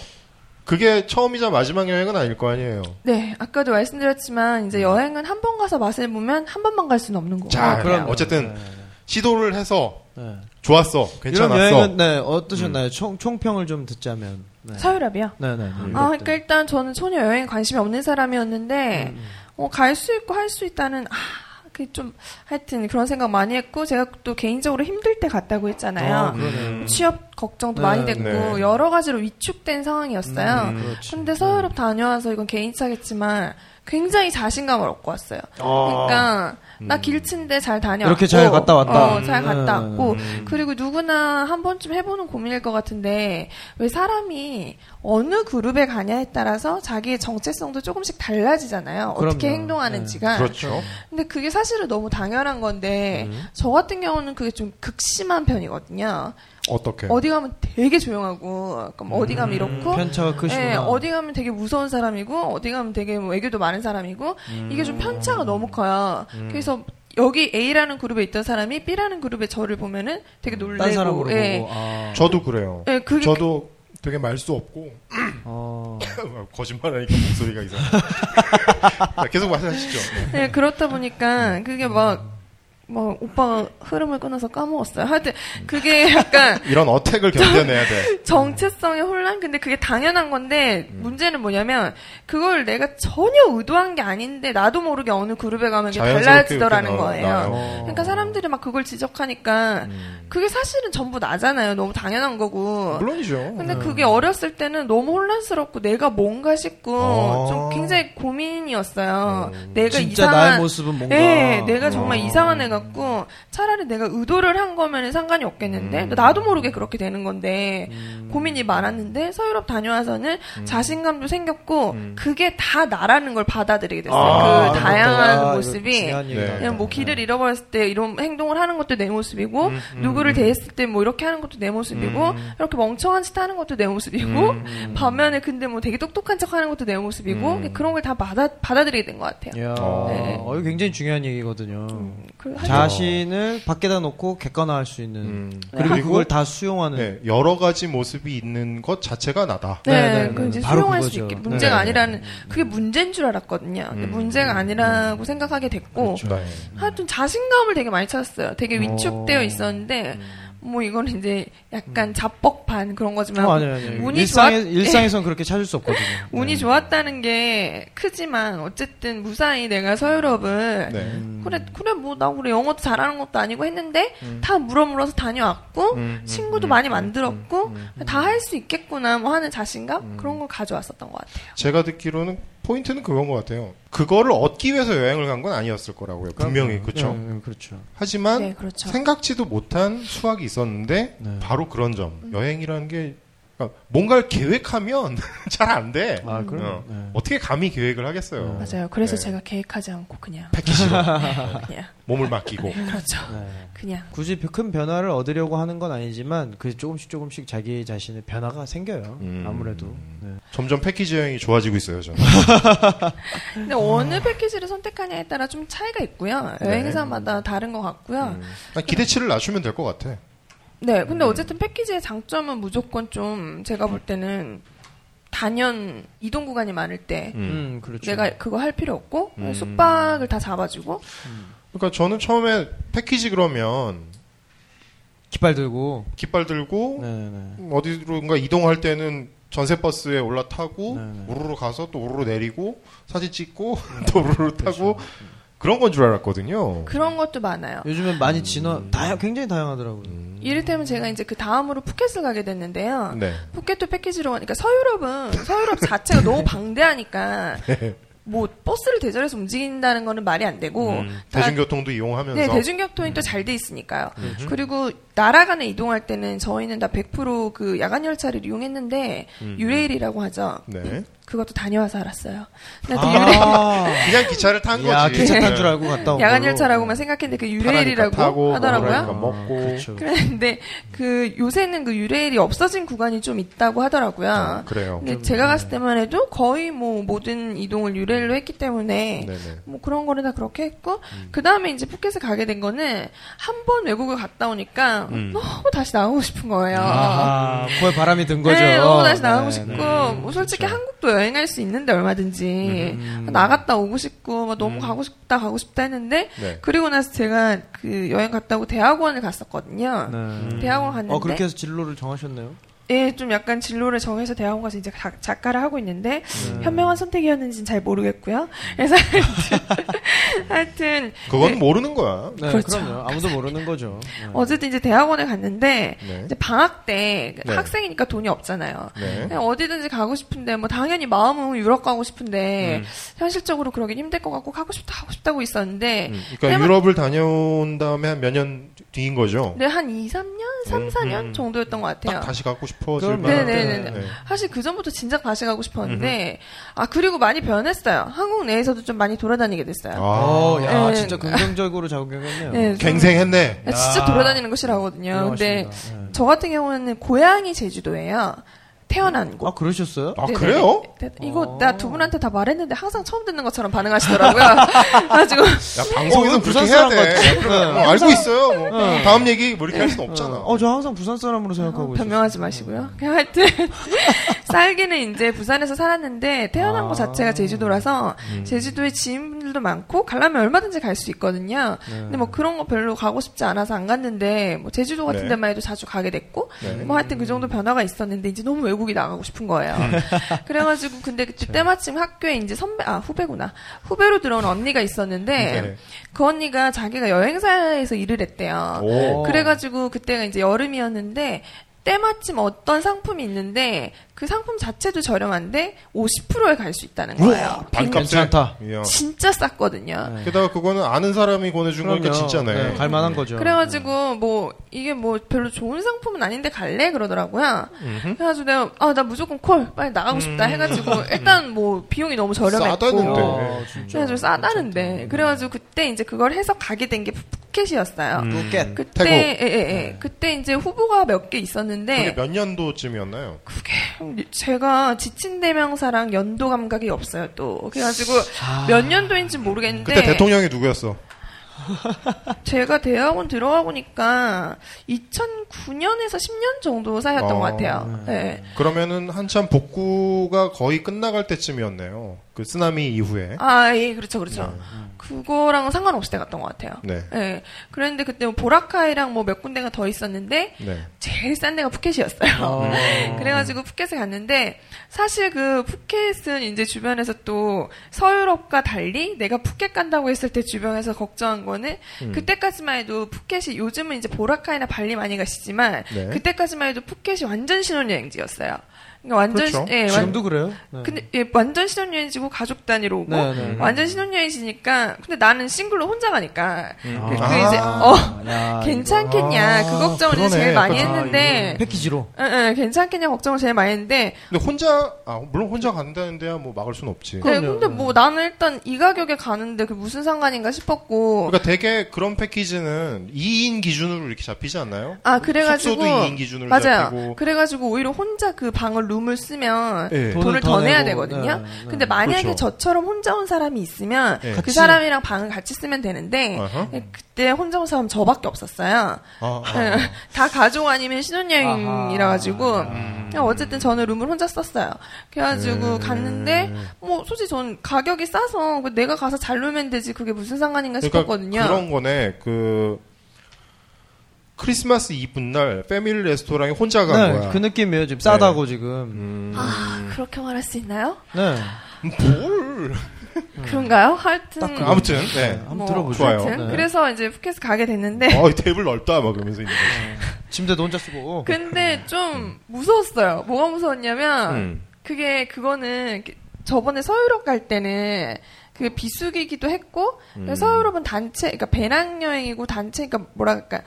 그게 처음이자 마지막 여행은 아닐 거 아니에요. 네, 아까도 말씀드렸지만 음. 이제 여행은 한 번 가서 맛을 보면 한 번만 갈 수는 없는 거예요. 자, 아, 그럼요. 아, 어쨌든 네. 시도를 해서 네. 좋았어. 이런 괜찮았어. 여행은 네 어떠셨나요? 총 총평을 좀 듣자면. 네. 사유랍이요. 네, 네, 네. 음. 아, 이것들. 그러니까 일단 저는 전혀 여행에 관심이 없는 사람이었는데 음, 어, 갈 수 있고 할 수 있다는 아, 그 좀 하여튼 그런 생각 많이 했고 제가 또 개인적으로 힘들 때 갔다고 했잖아요. 아, 그러네요. 취업 걱정도 네, 많이 됐고 음. 네. 여러 가지로 위축된 상황이었어요. 음, 그렇지. 근데 서유럽 다녀와서 이건 개인차겠지만 굉장히 자신감을 얻고 왔어요. 그러니까 나 길친데 잘 다녀. 이렇게 음. 잘 갔다 왔다. 어, 잘 갔다 음. 왔고 그리고 누구나 한 번쯤 해보는 고민일 것 같은데 왜 사람이 어느 그룹에 가냐에 따라서 자기의 정체성도 조금씩 달라지잖아요. 어떻게 그럼요. 행동하는지가. 그렇죠. 근데 그게 사실은 너무 당연한 건데 음. 저 같은 경우는 그게 좀 극심한 편이거든요. 네. 어떻게? 어디 가면 되게 조용하고 그럼 어디 가면 이렇고 음, 편차가 크시구나. 예, 어디 가면 되게 무서운 사람이고 어디 가면 되게 뭐 애교도 많은 사람이고 음. 이게 좀 편차가 너무 커요. 그래서 여기 A라는 그룹에 있던 사람이 B라는 그룹에 저를 보면은 되게 딴 놀래고 사람으로 예. 보고. 아. 저도 그래요. 예, 그게 저도 되게 말 수 없고 [LAUGHS] 어. 거짓말하니까 목소리가 [LAUGHS] 이상해. 자, 계속 말씀하시죠. 네. 네, 그렇다 보니까 음. 그게 막 뭐 오빠가 흐름을 끊어서 까먹었어요. 하여튼 [LAUGHS] 그게 약간 이런 어택을 견뎌내야 돼. 정체성의 혼란 근데 그게 당연한 건데 음. 문제는 뭐냐면 그걸 내가 전혀 의도한 게 아닌데 나도 모르게 어느 그룹에 가면 [LAUGHS] 이게 자연스럽게 달라지더라는 이렇게 나- 거예요. 나와요. 음. 그러니까 사람들이 막 그걸 지적하니까 그게 사실은 전부 나잖아요. 너무 당연한 거고. 물론이죠. 어. 근데 네. 그게 어렸을 때는 너무 혼란스럽고 내가 뭔가 싶고 아. 좀 굉장히 고민이었어요. 음. 내가 진짜 이상한 나의 모습은 뭔가. 예, 내가 정말 이상한 애 같고 차라리 내가 의도를 한 거면 상관이 없겠는데 나도 모르게 그렇게 되는 건데 고민이 많았는데 서유럽 다녀와서는 자신감도 생겼고 그게 다 나라는 걸 받아들이게 됐어요. 아, 그 그렇구나. 다양한 이거 모습이 중요한 얘기다. 네. 그냥 뭐 길을 잃어버렸을 때 이런 행동을 하는 것도 내 모습이고 누구를 대했을 때 뭐 이렇게 하는 것도 내 모습이고 이렇게 멍청한 짓 하는 것도 내 모습이고 반면에 근데 뭐 되게 똑똑한 척 하는 것도 내 모습이고 그런 걸 다 받아 받아들이게 된 것 같아요. 이야, 네. 어, 이거 굉장히 중요한 얘기거든요. 그- 자신을 밖에다 놓고 객관화할 수 있는 음. 그리고 그리고- 그걸 다 수용하는 네, 여러 가지 모습이 있는 것 자체가 나다. 네, 네, 네, 네. 음. 그 이제 바로 수용할 수 그거죠. 있게 문제가 네. 아니라는 그게 문제인 줄 알았거든요. 근데 문제가 아니라고 생각하게 됐고 그렇죠. 네. 하여튼 자신감을 되게 많이 찾았어요. 되게 위축되어 음. 있었는데 뭐 이건 이제 약간 자뻑반 그런 거지만 어, 아니요, 네. 아니요. 운이 일상에, 좋았 일상에선 그렇게 찾을 수 없거든요. 운이 좋았다는 게 크지만 어쨌든 무사히 내가 서유럽을 네. 음. 그래 그래 뭐 나 우리 영어도 잘하는 것도 아니고 했는데 다 물어물어서 음, 다녀왔고 친구도 많이 만들었고 다 할 수 있겠구나 뭐 하는 자신감 음. 그런 걸 가져왔었던 것 같아요. 제가 듣기로는 포인트는 그건 것 같아요. 그거를 얻기 위해서 여행을 간 건 아니었을 거라고요. 분명히 그렇죠. 네, 네, 그렇죠. 하지만 네, 그렇죠. 생각지도 못한 수확이 있었는데 네. 바로 그런 점. 음. 여행이라는 게 그러니까 뭔가를 계획하면 [LAUGHS] 잘 안 돼. 아, 그럼. 어. 네. 어떻게 감히 계획을 하겠어요. 맞아요. 그래서 네. 제가 계획하지 않고 그냥 패키지로 [LAUGHS] 그냥 몸을 [LAUGHS] 맡기고. 그렇죠. 네. 그냥 굳이 큰 변화를 얻으려고 하는 건 아니지만 그 조금씩 조금씩 자기 자신의 변화가 생겨요. 음. 아무래도. 네. 점점 패키지 여행이 좋아지고 있어요, 저는. 근데 아. 어느 패키지를 선택하냐에 따라 좀 차이가 있고요. 네. 여행사마다 다른 것 같고요. 음. 난 기대치를 낮추면 될 것 같아. 네, 음. 근데 어쨌든 패키지의 장점은 무조건 좀 제가 볼 때는 단연 이동 구간이 많을 때 음, 그렇죠. 내가 그거 할 필요 없고 음. 숙박을 다 잡아주고 그러니까 저는 처음에 패키지 그러면 깃발 들고. 깃발 들고 네, 네. 어디론가 이동할 때는 전세 버스에 올라타고 네네. 우르르 가서 또 우르르 내리고 사진 찍고 [LAUGHS] 또 우르르 타고 그런 건 줄 알았거든요. 그런 것도 많아요. 요즘엔 많이 진화, 다양, 굉장히 다양하더라고요. 음. 음. 이를테면 제가 이제 그 다음으로 푸켓을 가게 됐는데요. 네. 푸켓도 패키지로 가니까 서유럽은 서유럽 [LAUGHS] 자체가 너무 방대하니까 뭐 버스를 대절해서 움직인다는 거는 말이 안 되고 다 음, 대중교통도 이용하면서 어, 아, 네, 대중교통이 또 잘 돼 있으니까요. 음. 그렇죠. 그리고 나라 간에 이동할 그 음, 때는 저희는 다 100%그 야간 열차를 이용했는데 유레일이라고 하죠. 네. 그것도 다녀와서 알았어요. 근데 그 유래 아, 그냥 기차를 탄 야, 거지. 네. 기차 탄 줄 알고 갔다 온 야간 걸로. 열차라고만 생각했는데 그 타라니까 타고, 유레일이라고 먹으라니까 하더라고요. 먹고. 그렇죠. 그런데 그 요새는 그 유레일이 없어진 구간이 좀 있다고 하더라고요. 아, 그래요. 근데 네, 제가 갔을 때만 해도 거의 뭐 모든 이동을 유레일로 했기 때문에 네네. 뭐 그런 거는 다 그렇게 했고 그 다음에 이제 푸켓에 가게 된 거는 한 번 외국을 갔다 오니까 음. 너무 다시 나오고 싶은 거예요. 아, 그에 바람이 든 거죠. 네, 너무 다시 나가고 네, 싶고, 네. 뭐 솔직히 한국도 여행할 수 있는데 얼마든지 음. 나갔다 오고 싶고, 막 너무 가고 싶다 가고 싶다 했는데 네. 그리고 나서 제가 그 여행 갔다 오고 대학원을 갔었거든요. 네. 대학원 갔는데 어, 그렇게 해서 진로를 정하셨네요. 예, 좀 약간 진로를 정해서 대학원 가서 이제 가- 작가를 하고 있는데 음. 현명한 선택이었는지는 잘 모르겠고요. [LAUGHS] 그래서 하여튼 그건 모르는 거야. 네, 그렇죠. 럼요 아무도 모르는 거죠. 네. 어쨌든 이제 대학원에 갔는데 네. 이제 방학 때 네. 학생이니까 돈이 없잖아요. 네. 그냥 어디든지 가고 싶은데 뭐 당연히 마음은 유럽 가고 싶은데 음. 현실적으로 그러긴 힘들 것 같고 가고 싶다 하고 싶다고 있었는데 음, 그러니까 해마- 유럽을 다녀온 다음에 한 몇 년 뒤인 거죠. 근데 한 2, 3년, 3, 음, 4년 음. 정도였던 것 같아요. 딱 다시 갖고 싶어질 그럼 만한. 네네네네. 네. 사실 그 전부터 진작 다시 가고 싶었는데 아 그리고 많이 변했어요. 한국 내에서도 좀 많이 돌아다니게 됐어요. 아, 어, 야, 네. 진짜 긍정적으로 작용했네요. 네, 좀- 갱생했네. 아, 진짜 야. 돌아다니는 것이 하거든요. 근데 훌륭하십니다. 네. 저 같은 경우는 고향이 제주도예요. 태어난 곳. 아, 그러셨어요? 아. 아 네네. 그래요? 대- 이거 나 두 분한테 다 말했는데 항상 처음 듣는 [LAUGHS] 것처럼 반응하시더라고요. 그래가지고 야 방송에서 그렇게 어, 부산 해야 사람 돼. 같아. 그럼 네. 뭐 알고 있어요. 뭐 다음 얘기 뭐 이렇게 할 수는 없잖아. 어, 저 항상 부산 사람으로 생각하고 있어요. 변명하지 마시고요. 그냥 하여튼 [LAUGHS] 쌀기는 이제 부산에서 살았는데 아. 태어난 음. 곳 자체가 제주도라서 제주도에 지인들도 많고 가려면 얼마든지 갈 수 있거든요. 네. 근데 뭐 그런 거 별로 가고 싶지 않아서 안 갔는데 뭐 제주도 같은 네. 데만 해도 자주 가게 됐고 네. 뭐 하여튼 그 정도 변화가 있었는데 이제 너무 외국이 나가고 싶은 거예요. 음. [LAUGHS] 그래가지고 근데 그때 때마침 학교에 이제 선배 아 후배구나 후배로 들어온 언니가 있었는데 네. 그 언니가 자기가 여행사에서 일을 했대요. 오. 그래가지고 그때가 이제 여름이었는데 때마침 어떤 상품이 있는데 그 상품 자체도 저렴한데 50%에 갈 수 있다는 거예요. 아, 반값에. 괜찮다. 이야. 진짜 쌌거든요. 게다가 그거는 아는 사람이 권해준 거니까 진짜네. 갈 만한 그렇죠. 거죠. 그래가지고 뭐 이게 뭐 별로 좋은 상품은 아닌데 갈래 그러더라고요. 그래가지고 내가 아 나 무조건 콜 빨리 나가고 싶다 해가지고 [LAUGHS] 일단 뭐 비용이 너무 음. 싸다는데. 그렇죠. 음. 저렴했고 어, 진짜. 그래가지고 싸다는데 그래가지고 그때 이제 그걸 해서 가게 된 게 푸켓이었어요. 음. 푸켓. 그때 음. 태국. 예, 예, 예. 그때 이제 후보가 몇 개 그게 있었는데 몇 년도쯤이었나요? 그게 제가 지친 대명사랑 연도 감각이 없어요 또 그래가지고 몇 년도인지 모르겠는데 아. 그때 대통령이 누구였어? 제가 대학원 들어가 보니까 2009년에서 10년 정도 사이였던 아, 것 같아요. 네. 그러면은 한참 복구가 거의 끝나갈 때쯤이었네요. 그 쓰나미 이후에. 아, 예, 그렇죠, 그렇죠. 그거랑은 상관없이 돼 갔던 것 같아요. 음. 네. 예. 그랬는데 그때 뭐 보라카이랑 뭐 몇 군데가 더 있었는데 네. 제일 싼 데가 푸켓이었어요. 어. [LAUGHS] 그래가지고 푸켓에 갔는데 사실 그 푸켓은 이제 주변에서 또 서유럽과 달리 내가 푸켓 간다고 했을 때 주변에서 걱정한 거는 음. 그때까지만 해도 푸켓이 요즘은 이제 보라카이나 발리 많이 가시지만 네. 그때까지만 해도 푸켓이 완전 신혼여행지였어요. 그러니까 완전 그렇죠. 시- 예, 완- 지금도 그래요? 네. 근데 어? 아, 예, 완전 신혼여행지고 가족 단위로 오고 네, 네. 완전 신혼여행지니까 근데 나는 싱글로 혼자 가니까 그, 그 아. 이제 어 [LAUGHS] 야, 괜찮겠냐 그 걱정을 이제 그러네. 아, 제일 많이 약간, 했는데 네. 패키지로. 응, 응, 괜찮겠냐 걱정을 제일 많이 했는데 근데 혼자 아 물론 혼자 간다는데야 뭐 막을 순 없지. 네, 그럼요. 근데 뭐 나는 일단 이 가격에 가는데 그 무슨 상관인가 싶었고 그러니까 되게 그런 패키지는 2인 기준으로 이렇게 잡히지 않나요? 아 그래가지고 그러니까 숙소도 2인 기준으로 맞아요 잡히고. 그래가지고 오히려 혼자 그 방을 룸을 쓰면 예. 돈을 돈을 더 더 내야 내고, 되거든요. 네, 네. 근데 만약에 그렇죠. 저처럼 혼자 온 사람이 있으면 네. 어. 그 같이. 사람이랑 방을 같이 쓰면 되는데 아하. 그때 혼자 온 사람 저밖에 없었어요. 아, 아. [LAUGHS] 다 가족 아니면 신혼여행이라 가지고 음. 어쨌든 저는 룸을 혼자 썼어요. 그래가지고 네. 갔는데 뭐 솔직히 전 가격이 싸서 그 내가 가서 잘 놀면 되지 그게 무슨 상관인가 그러니까 싶었거든요. 그러니까 그런 거네. 그 크리스마스 이브 날 패밀리 레스토랑에 혼자 간 네, 거야. 음. 그 느낌이에요. 지금 싸다고 지금. 음. 아 그렇게 말할 수 있나요? 네. 뭘? 그런가요? 하여튼 음. 딱 그거. 아무튼 네. 한번 뭐, 들어보죠. 좋아요. 하여튼 네. 그래서 이제 푸켓에 가게 됐는데 어, 이 테이블 넓다 막 그러면서 있는 거지. 침대도 혼자 쓰고. 그 근데 좀 무서웠어요. 뭐가 무서웠냐면 어, 음. 그게 그거는 이렇게 저번에 서유럽 갈 때는 그게 비수기기도 했고 음. 그래서 서유럽은 단체 그러니까 배낭 여행이고 단체 그러니까 뭐랄까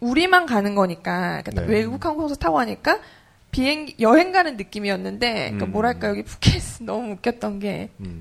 우리만 가는 거니까 그러니까 네. 외국 항공사 타고 하니까 비행 여행 가는 느낌이었는데 그러니까 음. 뭐랄까 여기 푸켓 [LAUGHS] 너무 웃겼던 게 음.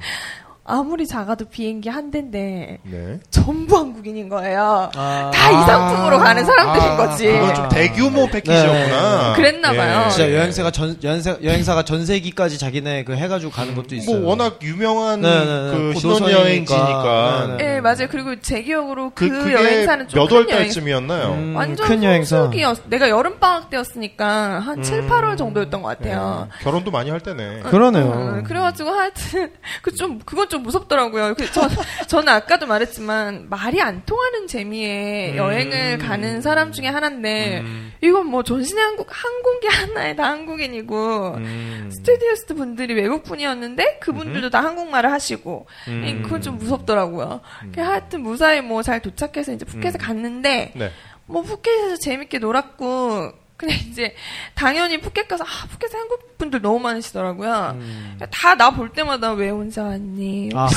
아무리 작아도 비행기 한 대인데 네. 전부 한국인인 거예요. 아. 다 이 상품으로 가는 사람들인 아, 거지. 그건 좀 대규모 패키지였구나. 네. 그랬나 봐요. 진짜 여행사가 전 여행사, 여행사가 전 세기까지 자기네 그 해가지고 가는 것도 있어요. 뭐 워낙 유명한 네, 네, 네. 그 그 신혼여행지니까 노선이니까. 네, 예, 맞아요. 그리고 제 기억으로 그, 네. 그, 그게 여행사는 좀 몇 큰 월 여행 달쯤이었나요? 음, 완전 큰 여행사. 성수기였. 내가 여름 방학 때였으니까 한 7, 8월 정도였던 것 같아요. 예. 결혼도 많이 할 때네. 음, 네. 그러네요. 음, 그래가지고 하여튼 [LAUGHS] 그 좀 그건 좀 무섭더라고요. 그 전, 저는 아까도 말했지만 말이 안 통하는 재미에 음. 여행을 가는 사람 중에 하나인데 이건 뭐 전신의 한국 항공기 하나에 다 한국인이고 음. 스튜디오스트 분들이 외국 분이었는데 그분들도 다 한국말을 하시고 음. 이- 그건 좀 무섭더라고요. 그 하여튼 무사히 뭐 잘 도착해서 이제 음. 푸켓에 갔는데 네. 뭐 푸켓에서 재밌게 놀았고 음. 그냥 이제 당연히 푸켓 가서 아 푸켓 한국 분들 너무 많으시더라고요. 그러니까 다 나 볼 때마다 왜 혼자 왔니? 음. 아,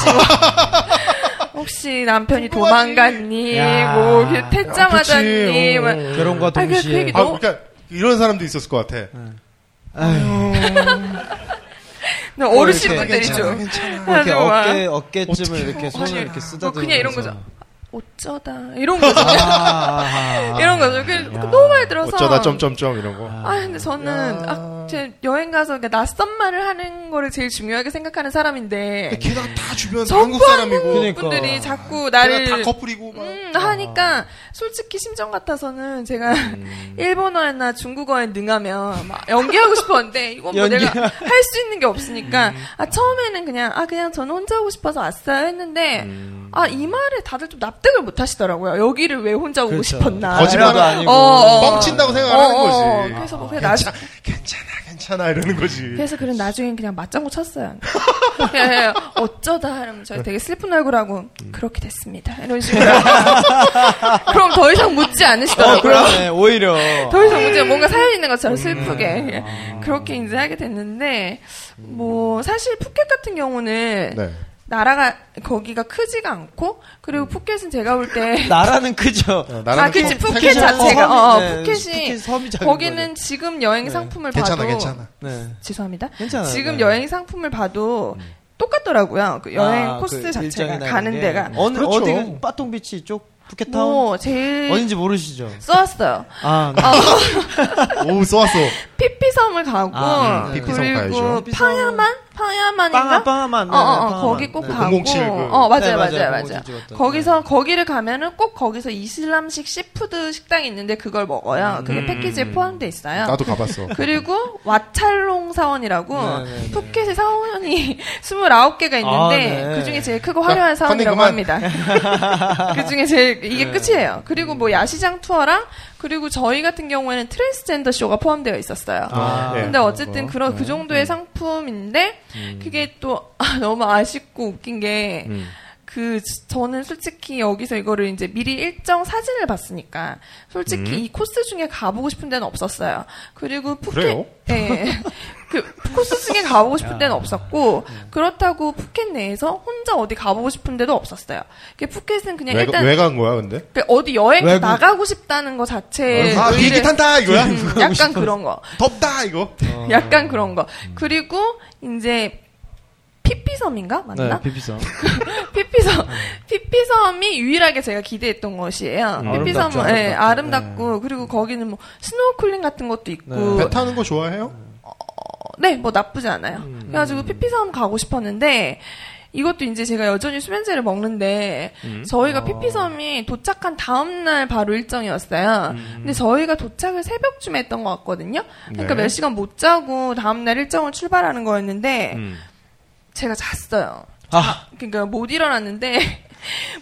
혹시 남편이 궁금하지. 도망갔니? 야. 뭐 이렇게 퇴짜 아, 그치. 맞았니? 어. 막 결혼과 아, 그 동시에. 얘기 아, 너무- 그러니까 이런 사람도 있었을 것 같아. 아휴, 근데 어, 이렇게 아, 어르신분들이죠. 뭐 이렇게 아주 막 어깨 어깨쯤을 어떡해요. 이렇게 손을 아니, 이렇게 뭐 쓰다듬. 그냥 이런 거죠. 어쩌다 [LAUGHS] 이런 거죠. [LAUGHS] 아, 이런 거죠. 그 너무 많이 들어서 어쩌다 점점점 이런 거. 아 근데 저는 아, 제 여행 가서 그러니까 낯선 말을 하는 거를 제일 중요하게 생각하는 사람인데 게다가 그 다 주변 전부 한국 사람이고 한국- 그러니까. 분들이 자꾸 걔가 나를 다 커플이고 막. 음, 하니까 솔직히 심정 같아서는 제가 음. [LAUGHS] 일본어나 중국어에 능하면 막 연기하고 싶었는데 이건 뭐 연기. 내가 할 수 있는 게 없으니까 아 처음에는 그냥 아 그냥 저는 혼자 오고 싶어서 왔어요 했는데 음. 아 이 말에 다들 좀 납득을 못 하시더라고요. 여기를 왜 혼자 오고 그렇죠. 싶었나. 거짓말은 거짓말도 아니고. 어, 어. 뻥친다고 생각하는 어, 어, 어. 거지. 그래서 뭐 그냥 나중 괜찮아, 괜찮아, 괜찮아 이러는 거지. 그래서 그럼 나중엔 그냥 [LAUGHS] 맞장구 쳤어요. 그냥 해요. 어쩌다 하면 저희 되게 슬픈 얼굴하고 음. 그렇게 됐습니다. 이런 식으로. [LAUGHS] 그럼 더 이상 묻지 어, 않으시더라고요. 그러네. 오히려. 더 이상 묻지 않- 뭔가 사연 있는 음. 것처럼 슬프게 예. 그렇게 이제 하게 됐는데 뭐 사실 푸켓 같은 경우는 네. 나라가 거기가 크지가 않고 음. 그리고 푸켓은 제가 볼때 [LAUGHS] 나라는 크죠. 어, 나라는 아, 그치, 성- 푸켓 생각- 자체가. 어, 섬이- 어, 네, 푸켓이. 푸켓 섬이 작은 거기는 거죠. 지금 여행 상품을 네. 괜찮아, 봐도. 괜찮아. 네. 죄송합니다. 괜찮아요. 지금 네. 음. 여행 상품을 봐도 똑같더라고요. 그 여행 아, 코스 그 자체가 일정이나 가는 이런 게. 데가 어느 그렇죠. 어디 빠통비치 쪽 푸켓타운 뭐 제일 어딘지 모르시죠? 써왔어요. 아, 네. 오우 써왔어. 피피섬을 가고 아, 네. 피피섬 그리고 가야죠. 파야만 파야만인가? 빵아 빵아만. 어, 어, 어, 거기 꼭 네. 가고. 007 그- 어, 맞아요, 네, 맞아요. 맞아요, 맞아요. 그거 찍었던. 거기서, 거기를 가면은 꼭 거기서 이슬람식 시푸드 식당이 있는데 그걸 먹어요. 음. 그게 패키지에 포함돼 있어요. 아, 나도 가봤어. 그리고 와찰롱 사원이라고 네, 네, 네. 푸켓에 사원이 [LAUGHS] 29개가 있는데 아, 네. 그중에 제일 크고 화려한 자, 사원이라고 선생님 합니다. [LAUGHS] 그중에 제일 네. 이게 끝이에요. 그리고 뭐 야시장 투어랑 그리고 저희 같은 경우에는 트랜스젠더 쇼가 포함되어 있었어요. 아, 네. 예. 근데 어쨌든 그런 그 정도의 상품인데 음. 그게 또 [LAUGHS] 아, 너무 아쉽고 웃긴 게 음. 그 저는 솔직히 여기서 이거를 이제 미리 일정 사진을 봤으니까 음. 솔직히 이 코스 중에 가보고 싶은 데는 없었어요. 그리고 푸켓 그래요? 예. [LAUGHS] 그 코스 중에 가보고 싶은 데는 없었고 그렇다고 푸켓 내에서 혼자 어디 가보고 싶은 데도 없었어요. 이게 푸켓은 그냥 왜, 일단 왜간 거야, 근데? 그 어디 여행 외국- 나가고 싶다는 것 자체에 아, 비행기 의미를- 탄다, 이거야? 네. [LAUGHS] 음, 약간 그런 거. 덥다, 이거. 약간 그런 거. 그리고 이제 피피섬인가 맞나? 네, 비비섬. 음. 피피섬 피피섬이 유일하게 제가 기대했던 것이에요. 음, 피피섬은 아름답죠, 아름답죠. 예, 네. 아름답고 그리고 거기는 뭐 스노우클링 같은 것도 있고 배 타는 거 좋아해요? 네, 뭐 나쁘지 않아요. 음. 그래가지고 피피섬 가고 싶었는데 이것도 이제 제가 여전히 수면제를 먹는데 음. 아. 저희가 피피섬이 도착한 다음 날 바로 일정이었어요. 음. 근데 저희가 도착을 새벽쯤에 했던 것 같거든요. 그러니까 네. 몇 시간 못 자고 다음 날 일정을 출발하는 거였는데 음. 제가 잤어요. 아, 그러니까 못 일어났는데 [LAUGHS]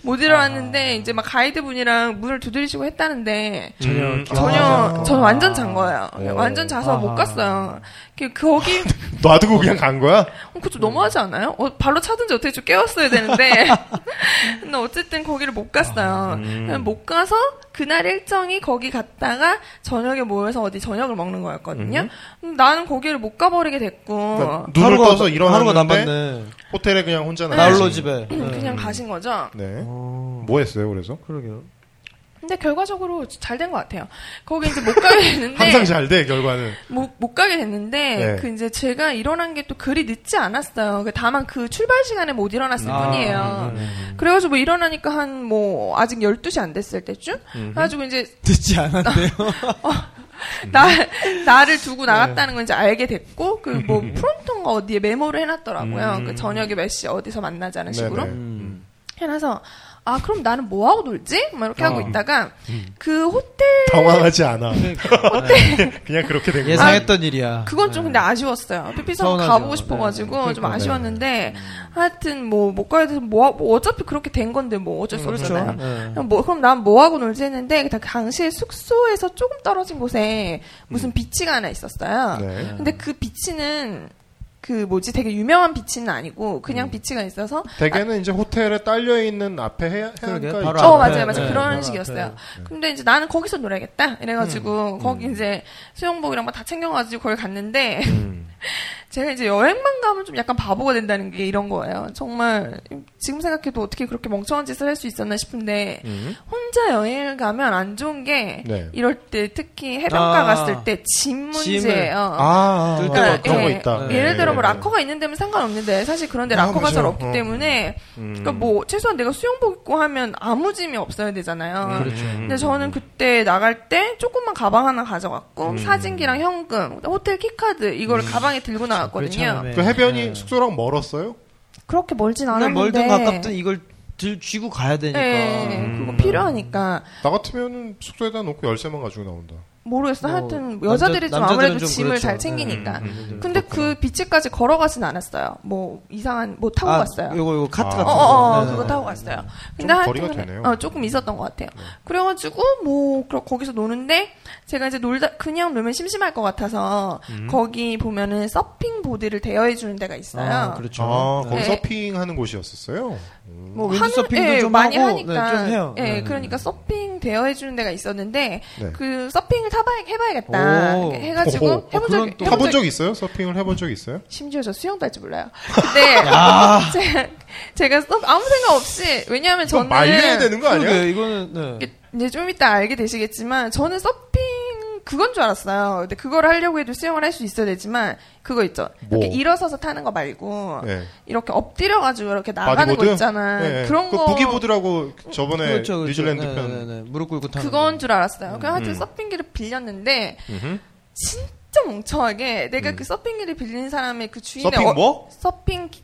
못 아. 일어났는데 이제 막 가이드 분이랑 문을 두드리시고 했다는데 전혀 음, 기억나지 아. 전혀 않고. 저는 완전 잔 거예요. 오. 완전 자서 못 아. 아하. 갔어요. 그- 거기 놔두고 그냥 간 거야? 어, 그좀 너무하지 않아요? 어, 발로 차든지 어떻게 좀 깨웠어야 되는데. [LAUGHS] 근데 어쨌든 거기를 못 아, 갔어요. 음. 그냥 못 가서 그날 일정이 거기 갔다가 저녁에 모여서 어디 저녁을 먹는 거였거든요. 음. 근데 나는 거기를 못 가버리게 됐고. 그러니까 눈을 하루가- 떠서 하루가 일어났는데 네. 음. 남았네. 호텔에 그냥 혼자 나홀로 나가신 집에. 네. 그냥 가신 거죠. 어. 네. 뭐 했어요, 그래서? 그러게요. 근데 결과적으로 잘 된 것 같아요. 거기 이제 못 [LAUGHS] 가게 됐는데 항상 잘 돼 결과는. 못, 못 가게 됐는데 네. 그 이제 제가 일어난 게 또 그리 늦지 않았어요. 그 다만 그 출발 시간에 못 일어났을 아, 뿐이에요. 음, 그래가지고 뭐 일어나니까 한 뭐 아직 12시 안 됐을 때쯤 그래가지고 이제 [LAUGHS] 듣지 않았대요. 음. 나 나를 두고 네. 나갔다는 건 이제 알게 됐고 그 뭐 음. 프롬프트인가 어디에 메모를 해놨더라고요. 음. 그 저녁에 몇 시 어디서 만나자는 네네. 식으로 음. 해놔서 아 그럼 나는 뭐 하고 놀지? 막 이렇게 하고 어. 있다가 그 호텔 당황하지 않아. 네. 어때? 그냥 아, 그렇게 된 거야. 예상했던 일이야. 그건 좀 근데 아쉬웠어요. 피피섬 네. 서운하죠. 가보고 싶어가지고 네, 네. 좀 그러니까, 아쉬웠는데 하여튼 뭐 못 가야 돼서 뭐, 하- 뭐 어차피 그렇게 된 건데 뭐 어쩔 수 없잖아요. 네. 음. 그럼 뭐 그럼 난 뭐 하고 놀지 했는데 그 당시에 숙소에서 조금 떨어진 곳에 음. 무슨 비치가 하나 있었어요. 네. 근데 그 비치는 그 뭐지 되게 유명한 비치는 아니고 그냥 음. 비치가 있어서 대개는 이제 호텔에 딸려 있는 앞에 해안, 그러게, 해안가 바로 있죠. 어 앞에. 맞아요 맞아요 네, 음. 그런 바로 식이었어요. 앞에. 근데 이제 나는 거기서 놀아야겠다 이래가지고 거기 이제 수영복이랑 막 다 챙겨가지고 거기 갔는데 제가 이제 여행만 가면 좀 약간 바보가 된다는 게 이런 거예요. 정말 지금 생각해도 어떻게 그렇게 멍청한 짓을 할 수 있었나 싶은데 음. 혼자 여행을 가면 안 좋은 게 네. 이럴 때 특히 해변가 아, 갔을 때 짐 문제예요. 아, 아, 뜰 맞아. 때가 그런 거 예, 있다. 네. 예를 들어 뭐 네, 네. 락커가 있는 데면 상관없는데 사실 그런데 아, 락커가 잘 맞아요. 없기 어. 때문에 음. 그러니까 뭐 최소한 내가 수영복 입고 하면 아무 짐이 없어야 음. 되잖아요. 그렇죠. 근데 저는 그때 나갈 때 조금만 가방 하나 가져갔고 음. 사진기랑 현금, 호텔 키카드 이걸 가방에 들고 나갔거든요. 괜찮네. 그 해변이 네. 숙소랑 멀었어요? 그렇게 멀진 그냥 않았는데 멀든 가깝든 이걸 들 쥐고 가야 되니까. 음. 예, 예, 음. 그거 필요하니까 나 같으면 숙소에다 놓고 열쇠만 가지고 나온다. 모르겠어. 뭐, 하여튼 남자- 여자들이 좀 남자들은 아무래도 좀 짐을 그렇죠. 잘 챙기니까. 음, 음, 음, 음. 근데 그 비치까지 걸어가진 않았어요. 뭐 이상한 뭐 타고 아, 갔어요. 요거 요거 카트 아. 같은 어, 거. 어, 어, 네. 네. 그거 타고 갔어요. 좀 거리가 되네요. 어, 조금 있었던 것 같아요. 그래가지고 뭐 그러- 거기서 노는데 제가 이제 놀다 그냥 놀면 심심할 것 같아서 음. 거기 보면은 서핑 보드를 대여해 주는 데가 있어요. 아, 그렇죠. 아, 네. 거기 네. 서핑하는 곳이었었어요. 뭐 윈드서핑도 하는- 예, 좀 많이 하고, 하니까 네, 좀 해요. 예, 네. 그러니까 서핑 대여해 주는 데가 있었는데 네. 그 서핑을 타봐 해봐야겠다 오. 이렇게 해가지고 오, 해본 그런 적 또- 타본 적 있어요? 서핑을 해본 적 있어요? 심지어 저 수영도 할 줄 몰라요. [LAUGHS] 근데 [LAUGHS] 제가, 제가 서- 아무 생각 없이 왜냐하면 저는 그건 말려야 되는 거 아니야? 그러게, 이거는 네. 이게 이제 좀 이따 알게 되시겠지만 저는 서핑 그건 줄 알았어요. 근데 그걸 하려고 해도 수영을 할 수 있어야 되지만 그거 있죠. 이렇게 뭐? 일어서서 타는 거 말고 네. 이렇게 엎드려 가지고 이렇게 나가는 아, 거 있잖아. 네, 네. 그런 그 거 부기보드라고 저번에 뉴질랜드 네, 편. 네, 네, 네. 무릎 꿇고 타는. 그건 거. 줄 알았어요. 그냥 하여튼 음. 서핑기를 빌렸는데 음흠. 진짜 멍청하게 내가 그 서핑기를 빌린 사람의 그 음. 주인의 서핑 뭐? 서핑 기-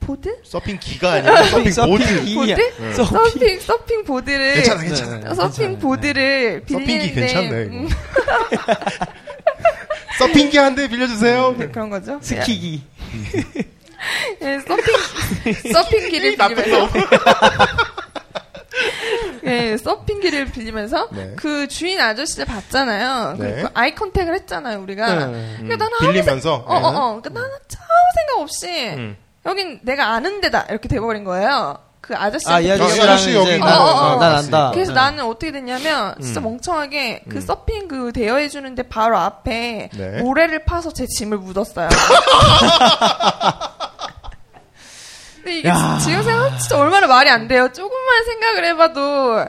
보드? 서핑 기가 아니라 서핑 네. 보드. 기기야. 보드? 서핑. 서핑 서핑 보드를 괜찮아, 괜찮아. 네. 네, 네. 서핑 보드를 빌리는데 서핑기 괜찮네. 음, 이거. 서핑기 한 대 빌려주세요. [LAUGHS] 네. 그런 거죠. 스키기. 예, [LAUGHS] 서핑 서핑기를 빌리면서 예, 서핑기를 빌리면서 네. 그 주인 아저씨를 봤잖아요. 네. 음. 그리고 아이 컨택을 했잖아요, 우리가. 네. 그러니까 나는 아무 생각, 빌리면서. 예. 어, 어, 어. 그러니까 나는 아무 생각 없이 네. 음. 여긴 내가 아는 데다 이렇게 돼버린 거예요. 그 아저씨. 아, 이 저 아저씨랑 아저씨 이제 여기 난, 있는 거 어, 난 봤으니까. 안다. 그래서 네. 나는 어떻게 됐냐면 진짜 멍청하게 그 서핑 그 대여해 주는데 바로 앞에 네. 모래를 파서 제 짐을 묻었어요. 근데 이게 야. 지금 생각 진짜 얼마나 말이 안 돼요. 조금만 생각을 해봐도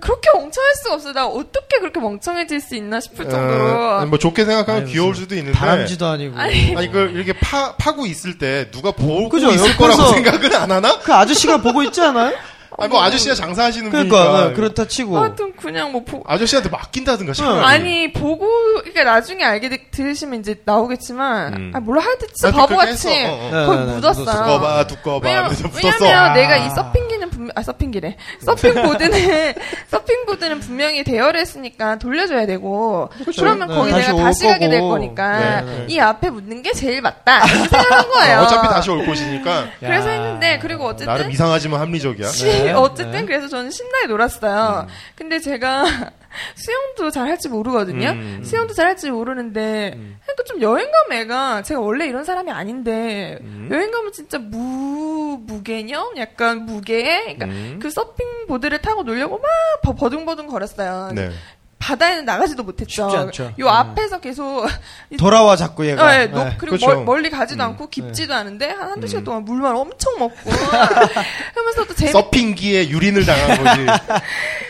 그렇게 멍청할 수가 없어. 요나 어떻게 그렇게 멍청해질 수 있나 싶을 그 정도로. 어, 뭐 좋게 생각하면 아니, 귀여울 무슨 수도 있는데. 다람쥐도 아니고. 아니 그 이렇게 파 파고 있을 때 누가 보고 그죠, 있을 옆에서- 거라고 [LAUGHS] 생각은 안 하나? 그 아저씨가 보고 [LAUGHS] 있지 않아요? 아니 뭐 아저씨가 장사하시는 그러니까 네, 분이니까 그렇다 어. 치고. 하여튼 그냥 뭐 보, 아저씨한테 맡긴다든가 시간을. 아니 보고 그러니까 나중에 알게 되, 들으시면 이제 나오겠지만 음. 아 몰라 하여튼 진짜 하여튼 그렇게 바보같이 했어. 어, 어. 네, 거의 네, 네. 묻었어요. 두꺼봐 두꺼봐 [LAUGHS] 네. 왜냐면, 하면서 붙었어. 왜냐면 내가 아. 이 서핑기는 분명 아 서핑기래 서핑 보드는 [LAUGHS] 서핑 보드는 분명히 대여를 했으니까 돌려줘야 되고 그쵸. 그러면 네, 거기 다시 내가 올 다시 가게 될 거고. 거니까 네, 네. 이 앞에 묻는 게 제일 맞다 이렇게 생각한 거예요. [LAUGHS] 아, 어차피 다시 올 곳이니까 그래서 야. 했는데 그리고 나름 어쨌든 이상하지만 합리적이야. 시- 네, 어쨌든 네. 음. 그래서 저는 신나게 놀았어요. 근데 제가 [LAUGHS] 수영도 잘 할지 모르거든요. 음. 수영도 잘 할지 모르는데 음. 그러니까 좀 여행 가면 애가 제가 원래 이런 사람이 아닌데 음. 여행 가면 진짜 무 무개념 약간 무게에 그러니까 음. 그 서핑 보드를 타고 놀려고 막 버- 버둥버둥 걸었어요. 네. 바다에는 나가지도 못했죠. 쉽지 않죠. 음. 요 앞에서 계속 [LAUGHS] 이- 돌아와 자꾸 얘가. 아, 예, 높- 네. 그리고 그렇죠. 멀, 멀리 가지도 않고 깊지도 않은데 한 음. 한두 시간 동안 물만 엄청 먹고 하면서 또 재미 [LAUGHS] 서핑기에 유린을 당한 거지.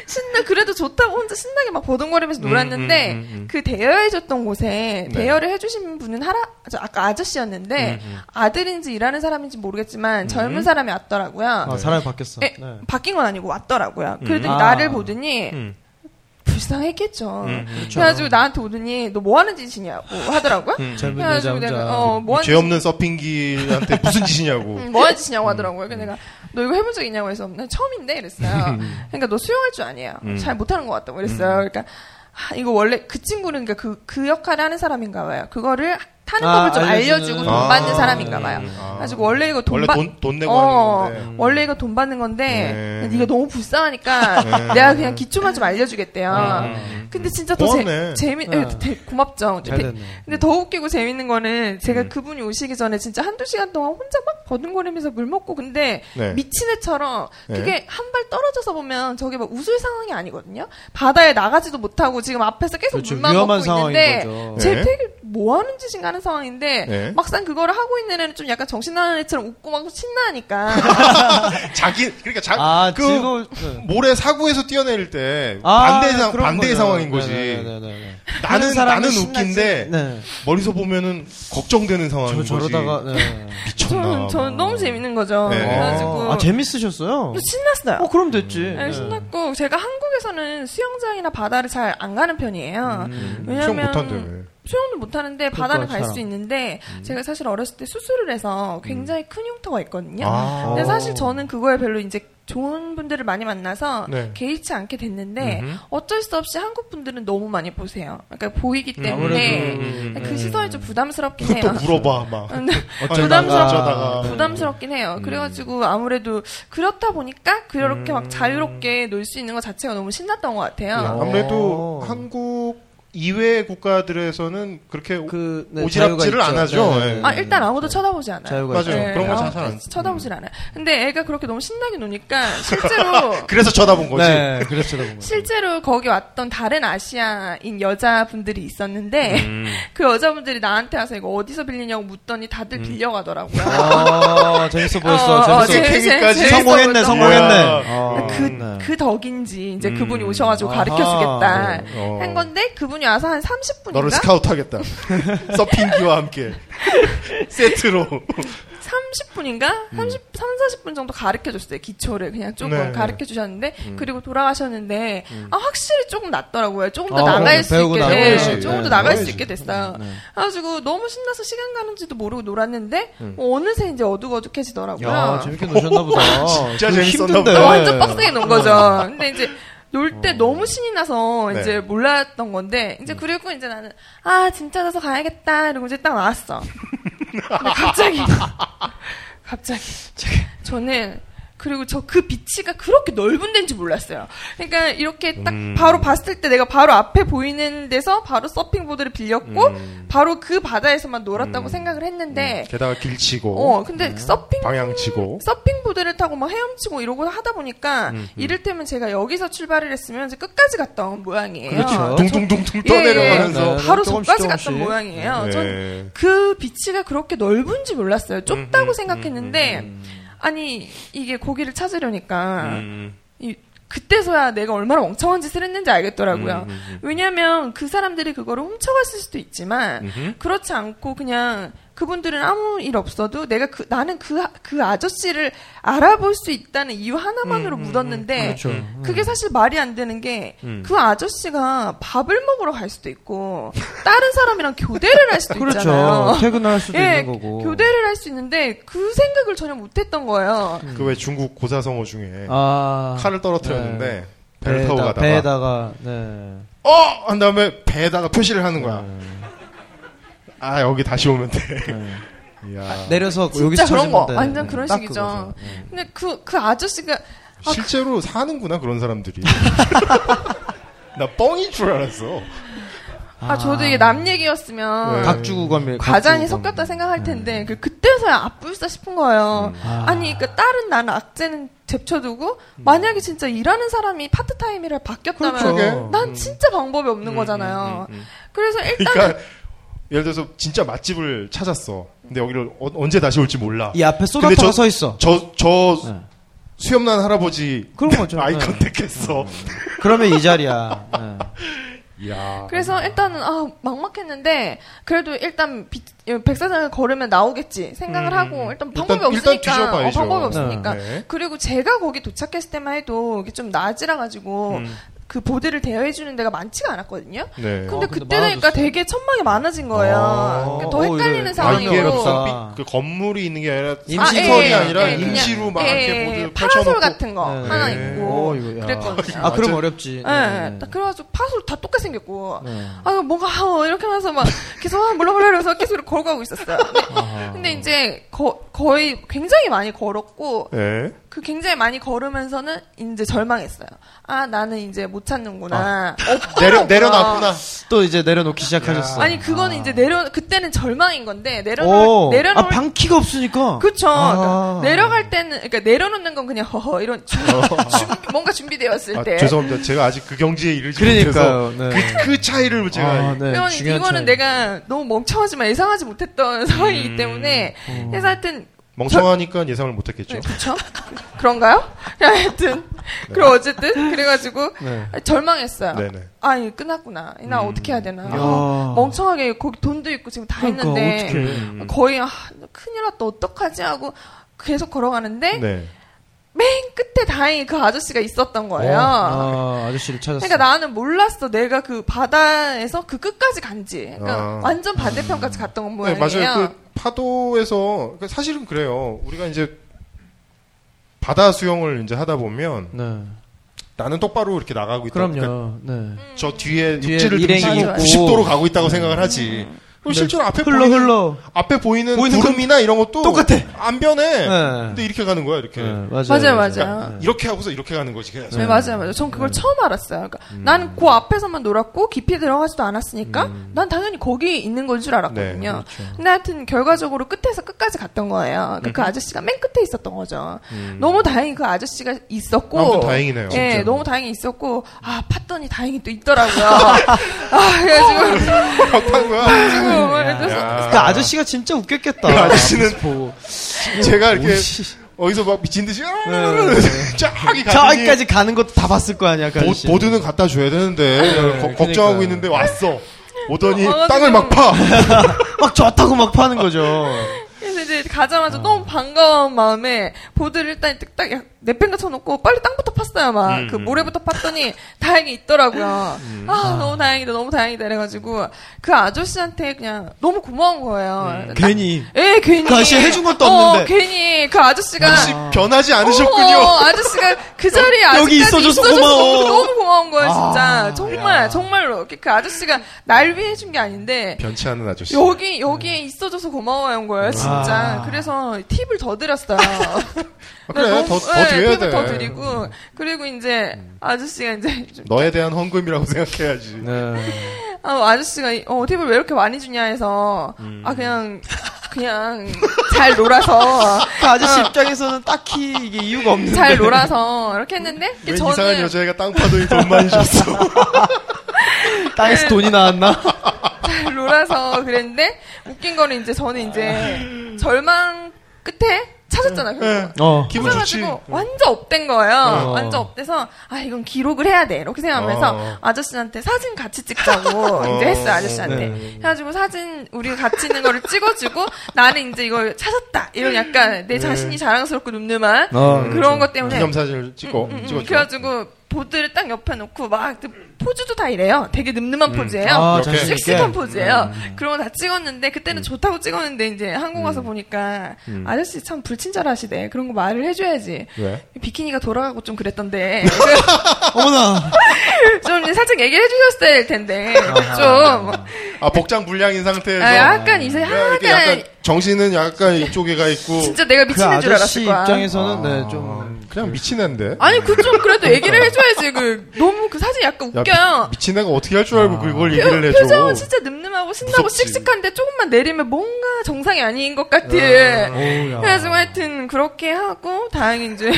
신나 그래도 좋다고 혼자 신나게 막 버둥거리면서 놀았는데 음, 음, 음, 음. 그 대여해줬던 곳에 네. 대여를 해주신 분은 할아 저 아까 아저씨였는데 음, 음. 아들인지 일하는 사람인지 모르겠지만 젊은 사람이 왔더라고요. 아, 사람이 바뀌었어. 예, 네. 바뀐 건 아니고 왔더라고요. 그러더니 아. 나를 보더니 음. 불쌍했겠죠. 음, 그렇죠. 그래가지고 나한테 오더니 너 뭐 하는 짓이냐고 하더라고요. 음. 젊은 여자 그래가지고 혼자. 네. 내가 네, 어뭐 하는 죄 없는 서핑기한테 무슨 짓이냐고. 음, 뭐 하는 짓이냐고 하더라고요. 그래서 내가 너 이거 해본 적 있냐고 해서 난 처음인데 이랬어요. 그러니까 너 수영할 줄 아니에요. 음. 잘 못하는 것 같다고 이랬어요. 그러니까 아, 이거 원래 그 친구는 그러니까 그, 그 역할을 하는 사람인가 봐요. 그거를 타는 아, 법을 좀 알려주는. 알려주고 돈 아. 받는 사람인가 봐요. 아. 그래가지고 원래 이거 돈 원래 받... 돈, 돈 내고 어, 하는 건데. 음. 원래 이거 돈 받는 네. 건데 네가 너무 불쌍하니까 네. 내가 그냥 기초만 좀 알려주겠대요. 음. 근데 진짜 더 고맙네. 재, 재미 네. 예, 되- 고맙죠. 잘 됐네. 근데 더 웃기고 재밌는 음. 거는 제가 그분이 오시기 전에 진짜 한두 시간 동안 혼자 막 버둥거리면서 물 먹고 근데 네. 미친 애처럼 네. 그게 한 발 떨어져서 보면 저게 막 웃을 상황이 아니거든요. 바다에 나가지도 못하고 지금 앞에서 계속 그렇죠. 물만 위험한 먹고 상황인 있는데 거죠. 제 네. 되게 뭐 하는 짓인가 하는 상황인데 네. 막상 그거를 하고 있는 애는 좀 약간 정신 나간 애처럼 웃고 막 신나니까 [LAUGHS] 자기 그러니까 자, 아, 그 즐거울. 네. 모래 사고에서 뛰어내릴 때 아, 반대 상 그런 반대의 거죠. 네, 상황인 거지. 네네네네. 나는 하는 사람이 나는 신나지. 웃긴데 네. 머리서 보면은 걱정되는 상황인 저 거지. 저러다가 네. 미쳤나. 저는 저는 너무 재밌는 거죠. 네. 그래가지고 아, 재밌으셨어요. 신났어요. 어, 그럼 됐지. 네, 신났고 제가 한국에서는 수영장이나 바다를 잘 안 가는 편이에요. 음, 수영 왜냐면 못한대. 수영도 못하는데 바다는 갈 사람. 수 있는데 음. 제가 사실 어렸을 때 수술을 해서 굉장히 큰 흉터가 있거든요. 아. 근데 사실 저는 그거에 별로 이제 좋은 분들을 많이 만나서 네. 개의치 않게 됐는데 음흠. 어쩔 수 없이 한국 분들은 너무 많이 보세요. 그러니까 보이기 아무래도 때문에 음, 그 시선이 좀 부담스럽긴 해요. 음. 네. 그것도 물어봐 막. 부담스럽- 어쩌다가. 부담스럽긴 해요. 그래가지고 아무래도 그렇다 보니까 그렇게 막 자유롭게 놀 수 있는 것 자체가 너무 신났던 것 같아요. 아무래도 어. 한국 이외 국가들에서는 그렇게 오- 그 네, 자유가 오지랖질을 있죠. 안 하죠. 네, 네, 예. 아 일단 아무도 쳐다보지 않아요. 자유가 맞아요. 있죠. 네, 그런 거 아무- 자살 안- 쳐다보질 않아요. 근데 애가 그렇게 너무 신나게 노니까 실제로 그래서 쳐다본 거지. 네, 그래서 쳐다본 [LAUGHS] 거죠. 실제로 거기 왔던 다른 아시아인 여자분들이 있었는데 음. [LAUGHS] 그 여자분들이 나한테 와서 이거 어디서 빌리냐고 묻더니 다들 빌려가더라고요. 아, 재밌어 보였어. 어, 재밌어. 어, 재밌- 재밌- 케이크까지 재밌어 성공했네, 보였던 성공했네. 뭐야. 아, 그, 네. 그 덕인지 이제 음. 그분이 오셔가지고 아하. 가르쳐 주겠다 어. 한 건데 그분이 와서 한 30분인가 너를 스카우트하겠다. [LAUGHS] 서핑기와 함께 세트로. 30분인가 30 3, 40분 정도 가르쳐 줬어요 기초를 그냥 조금 네. 가르쳐 주셨는데 그리고 돌아가셨는데 아 확실히 조금 낫더라고요 조금 더 아, 나갈 그럼요. 수 배우고 있게 나가야지. 네, 나가야지. 조금 네, 더 나갈 수 나가야지. 있게 됐어요 그래가지고 너무 신나서 시간 가는지도 모르고 놀았는데 어느새 이제 어둑어둑해지더라고요 야, 재밌게 노셨나 보다. 어, 진짜 그 재밌었나 힘든데. 보다. 음. 완전 빡세게 논 거죠. 근데 이제 놀 때 너무 신이 나서 네. 이제 몰랐던 건데 이제 그리고 이제 나는 아 진짜 자서 가야겠다 이러고 이제 딱 나왔어. 근데 갑자기 갑자기 저는 그리고 저 그 비치가 그렇게 넓은 데인지 몰랐어요. 그러니까 이렇게 딱 바로 봤을 때 내가 바로 앞에 보이는 데서 바로 서핑보드를 빌렸고 바로 그 바다에서만 놀았다고 생각을 했는데 음, 게다가 길치고 네. 어 근데 서핑 어? 방향치고. 서핑보드를 타고 막 헤엄치고 이러고 하다 보니까 음, 이를테면 제가 여기서 출발을 했으면 이제 끝까지 갔던 모양이에요. 그렇죠. 음, 둥둥둥둥 예, 떠내려가면서. 예, 예. 바로 조금씩, 저까지 조금씩. 갔던 모양이에요. 네. 전 그 비치가 그렇게 넓은지 음, 몰랐어요. 좁다고 생각했는데 아니 이게 고기를 찾으려니까 음. 이- 그때서야 내가 얼마나 멍청한 짓을 했는지 음, 음, 알겠더라고요. 왜냐하면 그 사람들이 그거를 훔쳐갔을 수도 있지만 그렇지 않고 그냥 그분들은 아무 일 없어도 내가 그 나는 그 그 아저씨를 알아볼 수 있다는 이유 하나만으로 묻었는데 그렇죠. 음. 그게 사실 말이 안 되는 게 그 아저씨가 밥을 먹으러 갈 수도 있고 다른 사람이랑 교대를 할 수도 있잖아요. 그렇죠. 퇴근할 수도 예, 있는 거고. 교대를 할 수 있는데 그 생각을 전혀 못했던 거예요. 음, 그 왜 중국 고사성어 중에 아, 칼을 떨어뜨렸는데 네. 배를 타고 배에다- 가다가 배에다가 네. 어! 한 다음에 배에다가 표시를 하는 거야. 아 여기 다시 오면 돼. 네. [LAUGHS] 이야. 내려서 진짜 여기서 그런 쳐주면 거. 돼. 완전 네, 그런 딱 식이죠. 그거죠. 네. 근데 그, 그 아저씨가, 아, 실제로 사는구나 그런 [LAUGHS] 사람들이. [LAUGHS] 나 뻥인 줄 알았어. 아, 저도 이게 남 얘기였으면. 네. 각주 구간밀. 음. 과장이 섞였다 생각할 텐데 그 그때서야 아뿔싸 싶은 음. 거예요. 아. 아. 니 그러니까 다른 나는 악재는 제쳐두고 만약에 진짜 일하는 사람이 파트타임이라 바뀌었다면 음. 그렇죠. 그러게. 음. 난 진짜 방법이 없는 거잖아요. 그래서 일단 그러니까 예를 들어서 진짜 맛집을 예. 찾았어. 근데 여기를 어- 언제 다시 올지 몰라. 이 앞에 근데 쏘다터가 저- 서 있어. 저 저 네. 수염난 할아버지 그런 [LAUGHS] 거죠. 아이 네. 컨택했어. 그러면 이 자리야. 네. 이야. 그래서 일단은 아 막막했는데 그래도 일단 비- 백사장을 걸으면 나오겠지 생각을 음. 하고 일단 일단- 방법이 일단 없으니까 어, 뒤져봐야죠. 방법이 없으니까 네. 그리고 제가 거기 도착했을 때만 해도 이게 좀 낮이라 가지고 음. 그 보드를 대여해 주는 데가 많지가 않았거든요. 네. 근데 어, 근데 그때 되니까 많아졌어요. 되게 천막이 많아진 거예요. 아. 그러니까 더 어, 헷갈리는 이래. 아, 상황이고 이게 무슨 아. 그 건물이 있는 게 아니라 임시 시설이 아, 예, 아니라 예, 예. 임시로 막 그냥, 이렇게 예, 모두 예, 펼쳐놓고 파라솔 같은 거 네. 하나 네. 있고 오, 이거, 야. 그랬거든요. 아 그럼 어렵지. 예, 예. 딱 그래가지고 파솔 다 똑같이 생겼고 네. 아 뭔가 하워 이렇게 하면서 막 계속 아 몰라 몰라 이러면서 계속 이렇게 걸어가고 있었어요. 근데, 아하. 근데 이제 거, 거의 굉장히 많이 걸었고 예. 그 굉장히 많이 걸으면서는 이제 절망했어요. 아 나는 이제 못 찾는구나. 내려 내려놨구나. 또 이제 내려놓기 시작하셨어. 아니 그거는 이제 내려 그때는 절망인 건데 내려놓 오. 내려놓을 아 방키가 없으니까. 그쵸. 아. 그러니까 내려갈 때는, 그러니까 내려놓는 건 그냥 허허 이런 준- 어. [LAUGHS] 준- 뭔가 준비되었을 아, 때. 죄송합니다. 제가 아직 그 경지에 이르지 그러니까요, 못해서 네. 그, 그 차이를 제가 아, 네, 그러니 중요한 이거는 차이. 내가 너무 멍청하지만 예상하지 못했던 [LAUGHS] 음. 상황이기 때문에 그래서 하여튼 멍청하니까 예상을 못했겠죠. 네, 그쵸? 그런가요? [LAUGHS] 하여튼 그리고 어쨌든 그래가지고 네. 음. 절망했어요. 네네. 아, 이거 끝났구나. 나 어떻게 해야 되나. 야. 아, 멍청하게 거기 돈도 있고 지금 다 그러니까 했는데 어떡해. 음. 거의 아, 큰일 났다 어떡하지 하고 계속 걸어가는데 네. 맨 끝에 다행히 그 아저씨가 있었던 거예요. 아, 아저씨를 찾았어. 그러니까 나는 몰랐어. 내가 그 바다에서 그 끝까지 간지. 그러니까 아. 완전 반대편까지 갔던 건 네, 모양이에요. 맞아요. 그 파도에서 그 사실은 그래요. 우리가 이제 바다 수영을 이제 하다 보면 네. 나는 똑바로 이렇게 나가고 있다. 그러니까 그럼요. 네. 저 뒤에 뒤에 육지를 일행이 음. 등지고 있고. 90도로 가고 있다고 생각을 하지. 그리고 실제로 앞에 흘러 보이는 흘러. 앞에 보이는, 보이는 구름이나 이런 것도 똑같아. 안 변해. 네. 근데 이렇게 가는 거야. 이렇게. 네, 맞아요. 맞아요, 그러니까 맞아요. 이렇게 하고서 이렇게 가는 거지. 계속. 네, 맞아요, 맞아요. 전 그걸 처음 알았어요. 그러니까 나는 그 앞에서만 놀았고 깊이 들어가지도 않았으니까 난 당연히 거기 있는 건 줄 알았거든요. 음. 네, 근데 하여튼 결과적으로 끝에서 끝까지 갔던 거예요. 음. 그러니까 그 아저씨가 맨 끝에 있었던 거죠. 너무 다행히 그 아저씨가 있었고 아무튼 다행이네요. 예, 진짜. 너무 다행히 있었고 아 팠더니 다행히 [LAUGHS] 또 있더라고요. 아 그래가지고 막판 거야. 야. [LAUGHS] 지금 어, 그래서 그 아저씨가 진짜 웃겼겠다. 그 아저씨는 보고. 제가 이렇게 오씨. 네, 어디서 막 미친 듯이 [LAUGHS] 저기 가더니 저기까지 가는 것도 다 봤을 거 아니야, 그 보- 아저씨. 보드는 갖다 줘야 되는데 거- 그러니까. 걱정하고 있는데 왔어. 오더니 어, 땅을 지금- 막 파. 막 좋다고 [LAUGHS] 막 파는 거죠. 그래서 이제 가자마자 너무 반가운 마음에 보드를 일단 딱 내팽개 쳐놓고 빨리 땅부터 팠어요 막 음, 그 음. 모래부터 팠더니 다행히 있더라고요 아 너무 다행이다 너무 다행이다 이래가지고 그 아저씨한테 그냥 너무 고마운 음. 거예요 딱- 괜히. 예 괜히 그 아저씨 해준 것도 어, 없는데. 괜히 그 아저씨가 혹시 변하지 어, 않으셨군요. 아저씨가 그 자리에 여기 아직까지 있어줘서 너무, 고마워. 너무 고마운 거예요 진짜 아, 정말 야. 정말로 그 아저씨가 날 위해 해준 게 아닌데 변치 않은 아저씨. 여기 네. 여기에 있어줘서 고마워요 온 거예요 진짜 아. 그래서 팁을 더 드렸어요 [LAUGHS] 아, 그래 너무- 더, 더 네, 드려야 팁을 돼. 음. 더 드리고 그리고 이제 아저씨가 이제 좀, 너에 대한 헌금이라고 [LAUGHS] 생각해야지. 네. 아, 아저씨가 이- 어 팁을 왜 이렇게 많이 주냐 해서 음. 아 그냥 그냥 잘 놀아서 그 아저씨 입장에서는 딱히 이게 이유가 없는데. 잘 놀아서 이렇게 했는데 왜 이게 이상한 저는 여자애가 땅파더니 돈 [LAUGHS] 많이 [LAUGHS] 줬어. 땅에서 돈이 나왔나? 잘 놀아서 그랬는데 웃긴 거는 이제 저는 아. 이제 절망 끝에 찾았잖아요 네. 결국 어. 예. 기분 좋지. 그래가지고 완전 업된 거예요. 어. 완전 업돼서 아 이건 기록을 해야 돼 이렇게 생각하면서 어. 아저씨한테 사진 같이 찍자고 이제 했어요 아저씨한테. 네. 해가지고 사진 우리 같이 있는 거를 찍어주고 나는 이제 이걸 찾았다 이런 약간 내 자신이 자랑스럽고 늠름한 어, 그런 것 때문에 기념 사진을 찍고 음, 음, 찍었죠. 그래가지고 보드를 딱 옆에 놓고 막그 포즈도 다 이래요. 되게 늠름한 포즈예요. 아, 이렇게. 자신 있게. 음. 섹시한 포즈예요. 그런 거 다 찍었는데 그때는 좋다고 찍었는데 이제 한국 와서 보니까 음. 아저씨 참 불친절하시대. 그런 거 말을 해줘야지. 네. 왜? 비키니가 돌아가고 좀 그랬던데 어머나. 좀 살짝 얘기를 해주셨어야 할 텐데 좀 아 복장 불량인 상태에서 아, 약간 음. 이제 내가 이렇게 약간 약간 정신은 약간 이쪽에가 있고 진짜 내가 그 미친인 줄 아저씨 알았을 거야. 입장에서는 아, 네, 좀. 그냥 미친 애인데. 아니 그 좀 그래도 얘기를 해줘야지 그 너무 그 사진 약간 야, 웃겨요. 미- 미친 애가 어떻게 할 줄 아. 알고 그걸 표- 얘기를 해줘. 표정은 진짜 늠름하고 신나고 무섭지. 씩씩한데 조금만 내리면 뭔가 정상이 아닌 것 같아. 오우야. 예. 그래가지고 하여튼 그렇게 하고 다행히 이제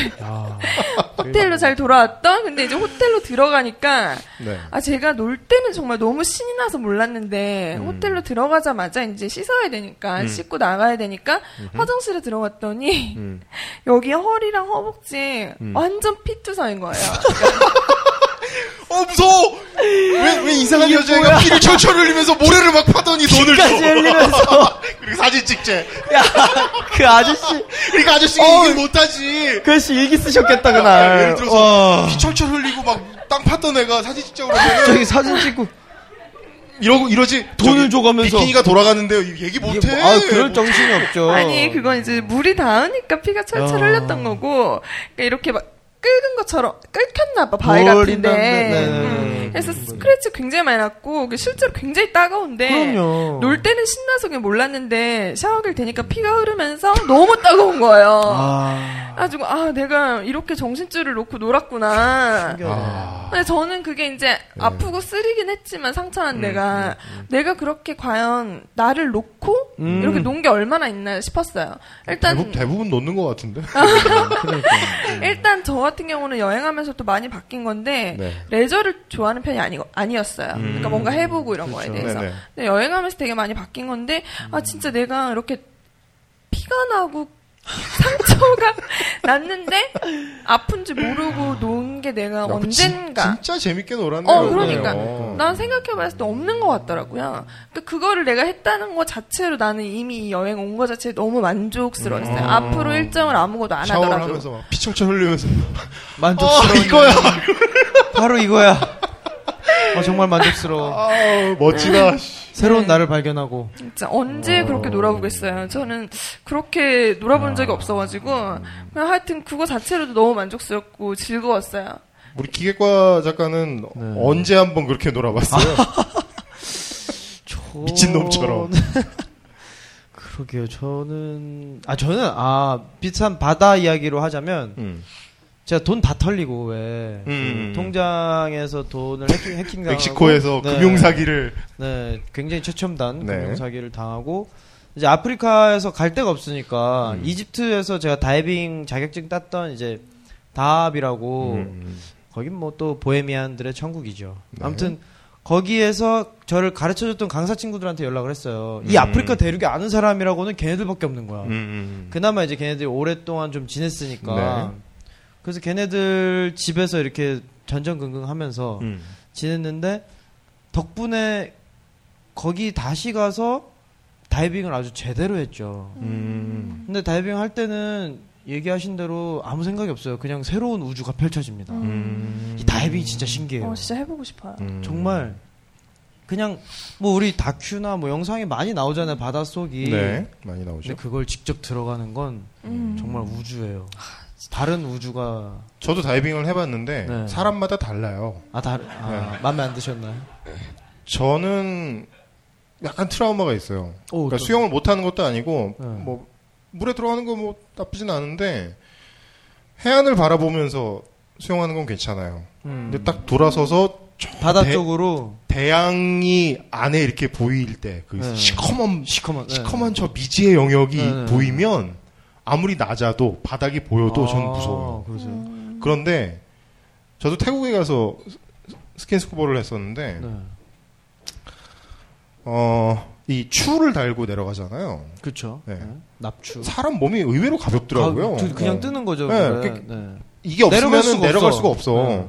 아, 어, 야. 호텔로 잘 돌아왔던 근데 이제 호텔로 들어가니까 네. 아 제가 놀 때는 정말 너무 신이 나서 몰랐는데 음. 호텔로 들어가자마자 이제 씻어야 되니까 음. 씻고 나가야 되니까 화장실에 들어갔더니 음. [LAUGHS] 여기 허리랑 허벅지 음. 완전 피투성인 거예요. [LAUGHS] 어 무서워. 왜, 왜 이상한 이게 여자애가 뭐야? 피를 철철 흘리면서 모래를 막 파더니 돈을 줘. 아, 피까지 흘리면서. 그리고 사진 찍재. 야그 아저씨 그러니까 아저씨가 어. 얘기를 못하지. 그 아저씨 일기 쓰셨겠다 그날. 예를 들어서 와. 피 철철 흘리고 막 땅 팠던 애가 사진 찍자고 그러면 저기 사진 찍고 이러고 이러지 돈을 저기 줘가면서. 비키니가 돌아가는데요 이거 얘기 이게 못해 뭐- 아 그럴 정신이 없죠. 아니 그건 이제 물이 닿으니까 피가 철철 야. 흘렸던 거고 그러니까 이렇게 막 끓은 것처럼 끓였나 봐 바위 같은데 머리는- 네, 네, 음, 그래서 스크래치 굉장히 많이 났고 그 실제로 굉장히 따가운데 그럼요. 놀 때는 신나서 그냥 몰랐는데 샤워기를 대니까 피가 흐르면서 너무 따가운 거예요 아. 그래가지고 아 내가 이렇게 정신줄을 놓고 놀았구나 아. 근데 저는 그게 이제 네. 아프고 쓰리긴 했지만 음, 상처난 내가 내가 그렇게 과연 나를 놓고 음. 이렇게 놓은 게 얼마나 있나 싶었어요. 일단 아, 대부분, 대부분 놓는 것 같은데 일단 저 같은 경우는 여행하면서 또 많이 바뀐 건데 네. 음. 레저를 좋아하는 편이 아니 아니었어요. 그러니까 뭔가 해보고 이런 거에 그렇죠. 대해서 네네. 음. 근데 여행하면서 되게 많이 바뀐 건데 아 진짜 내가 이렇게 피가 나고 상처가 [LAUGHS] 났는데 아픈지 모르고 놓은 게 내가 야, 그 진- 언젠가 진짜 재밌게 놀았네요 어, 그러니까. 어. 난 생각해봤을 때 없는 것 같더라고요. 그, 그거를 내가 했다는 것 자체로 나는 이미 이 여행 온 것 자체에 너무 만족스러웠어요. 음. 앞으로 일정을 아무것도 안 샤워를 하더라도. 하면서 막 피철철 흘리면서 만족스러운 아, 이거야. 여행. 바로 이거야. 어, 정말 만족스러워. 아 멋지다 씨. 새로운 나를 발견하고. 진짜 언제 어. 그렇게 놀아보겠어요. 저는 그렇게 놀아본 적이 없어가지고. 그냥 하여튼 그거 자체로도 너무 만족스럽고 즐거웠어요. 우리 기계과 작가는 네. 언제 한번 그렇게 놀아봤어요 미친놈처럼. [LAUGHS] 그러게요. 저는 아 저는 아 비슷한 바다 이야기로 하자면 음. 제가 돈 다 털리고 왜 음. 그 통장에서 돈을 해킹 해킹 당하고 멕시코에서 금융 사기를 네, 굉장히 최첨단 네. 금융 사기를 당하고 이제 아프리카에서 갈 데가 없으니까 음. 이집트에서 제가 다이빙 자격증 땄던 이제 다합이라고 음. 거긴 뭐 또 보헤미안들의 천국이죠. 네. 아무튼 거기에서 저를 가르쳐줬던 강사 친구들한테 연락을 했어요. 이 음. 아프리카 대륙에 아는 사람이라고는 걔네들밖에 없는 거야. 음, 음. 그나마 이제 걔네들이 오랫동안 좀 지냈으니까. 네. 그래서 걔네들 집에서 이렇게 전전긍긍 하면서 음. 지냈는데 덕분에 거기 다시 가서 다이빙을 아주 제대로 했죠. 음. 근데 다이빙 할 때는 얘기하신 대로 아무 생각이 없어요. 그냥 새로운 우주가 펼쳐집니다. 음. 이 다이빙이 진짜 신기해요. 어, 진짜 해보고 싶어요. 음. 정말 그냥 뭐 우리 다큐나 뭐 영상이 많이 나오잖아요. 바닷속이. 네 많이 근데 나오죠. 그걸 직접 들어가는 건 음. 아, 정말 우주예요. 다른 우주가 저도 다이빙을 해봤는데 네. 사람마다 달라요. 아 다른 네. 아, 마음에 안 드셨나요? 저는 약간 트라우마가 있어요. 오, 그러니까 어떤- 수영을 못하는 것도 아니고 네. 뭐 물에 들어가는 거 뭐 나쁘진 않은데 해안을 바라보면서 수영하는 건 괜찮아요. 음. 근데 딱 돌아서서 저 바다 대- 쪽으로 대양이 안에 이렇게 보일 때 그 네. 시커먼 시커먼 네. 시커먼 저 미지의 영역이 네. 보이면 아무리 낮아도 바닥이 보여도 저는 네. 무서워요. 아, 그러세요. 음. 그런데 저도 태국에 가서 스- 스킨스쿠버를 했었는데 네. 어, 이 추를 달고 내려가잖아요. 그렇죠. 네. 네. 납추. 사람 몸이 의외로 가볍더라고요. 가- 그- 그냥 어. 뜨는 거죠. 네, 그게. 그- 네. 이게 없으면 내려갈 내려갈 수가 수가, 없어. 없어. 네.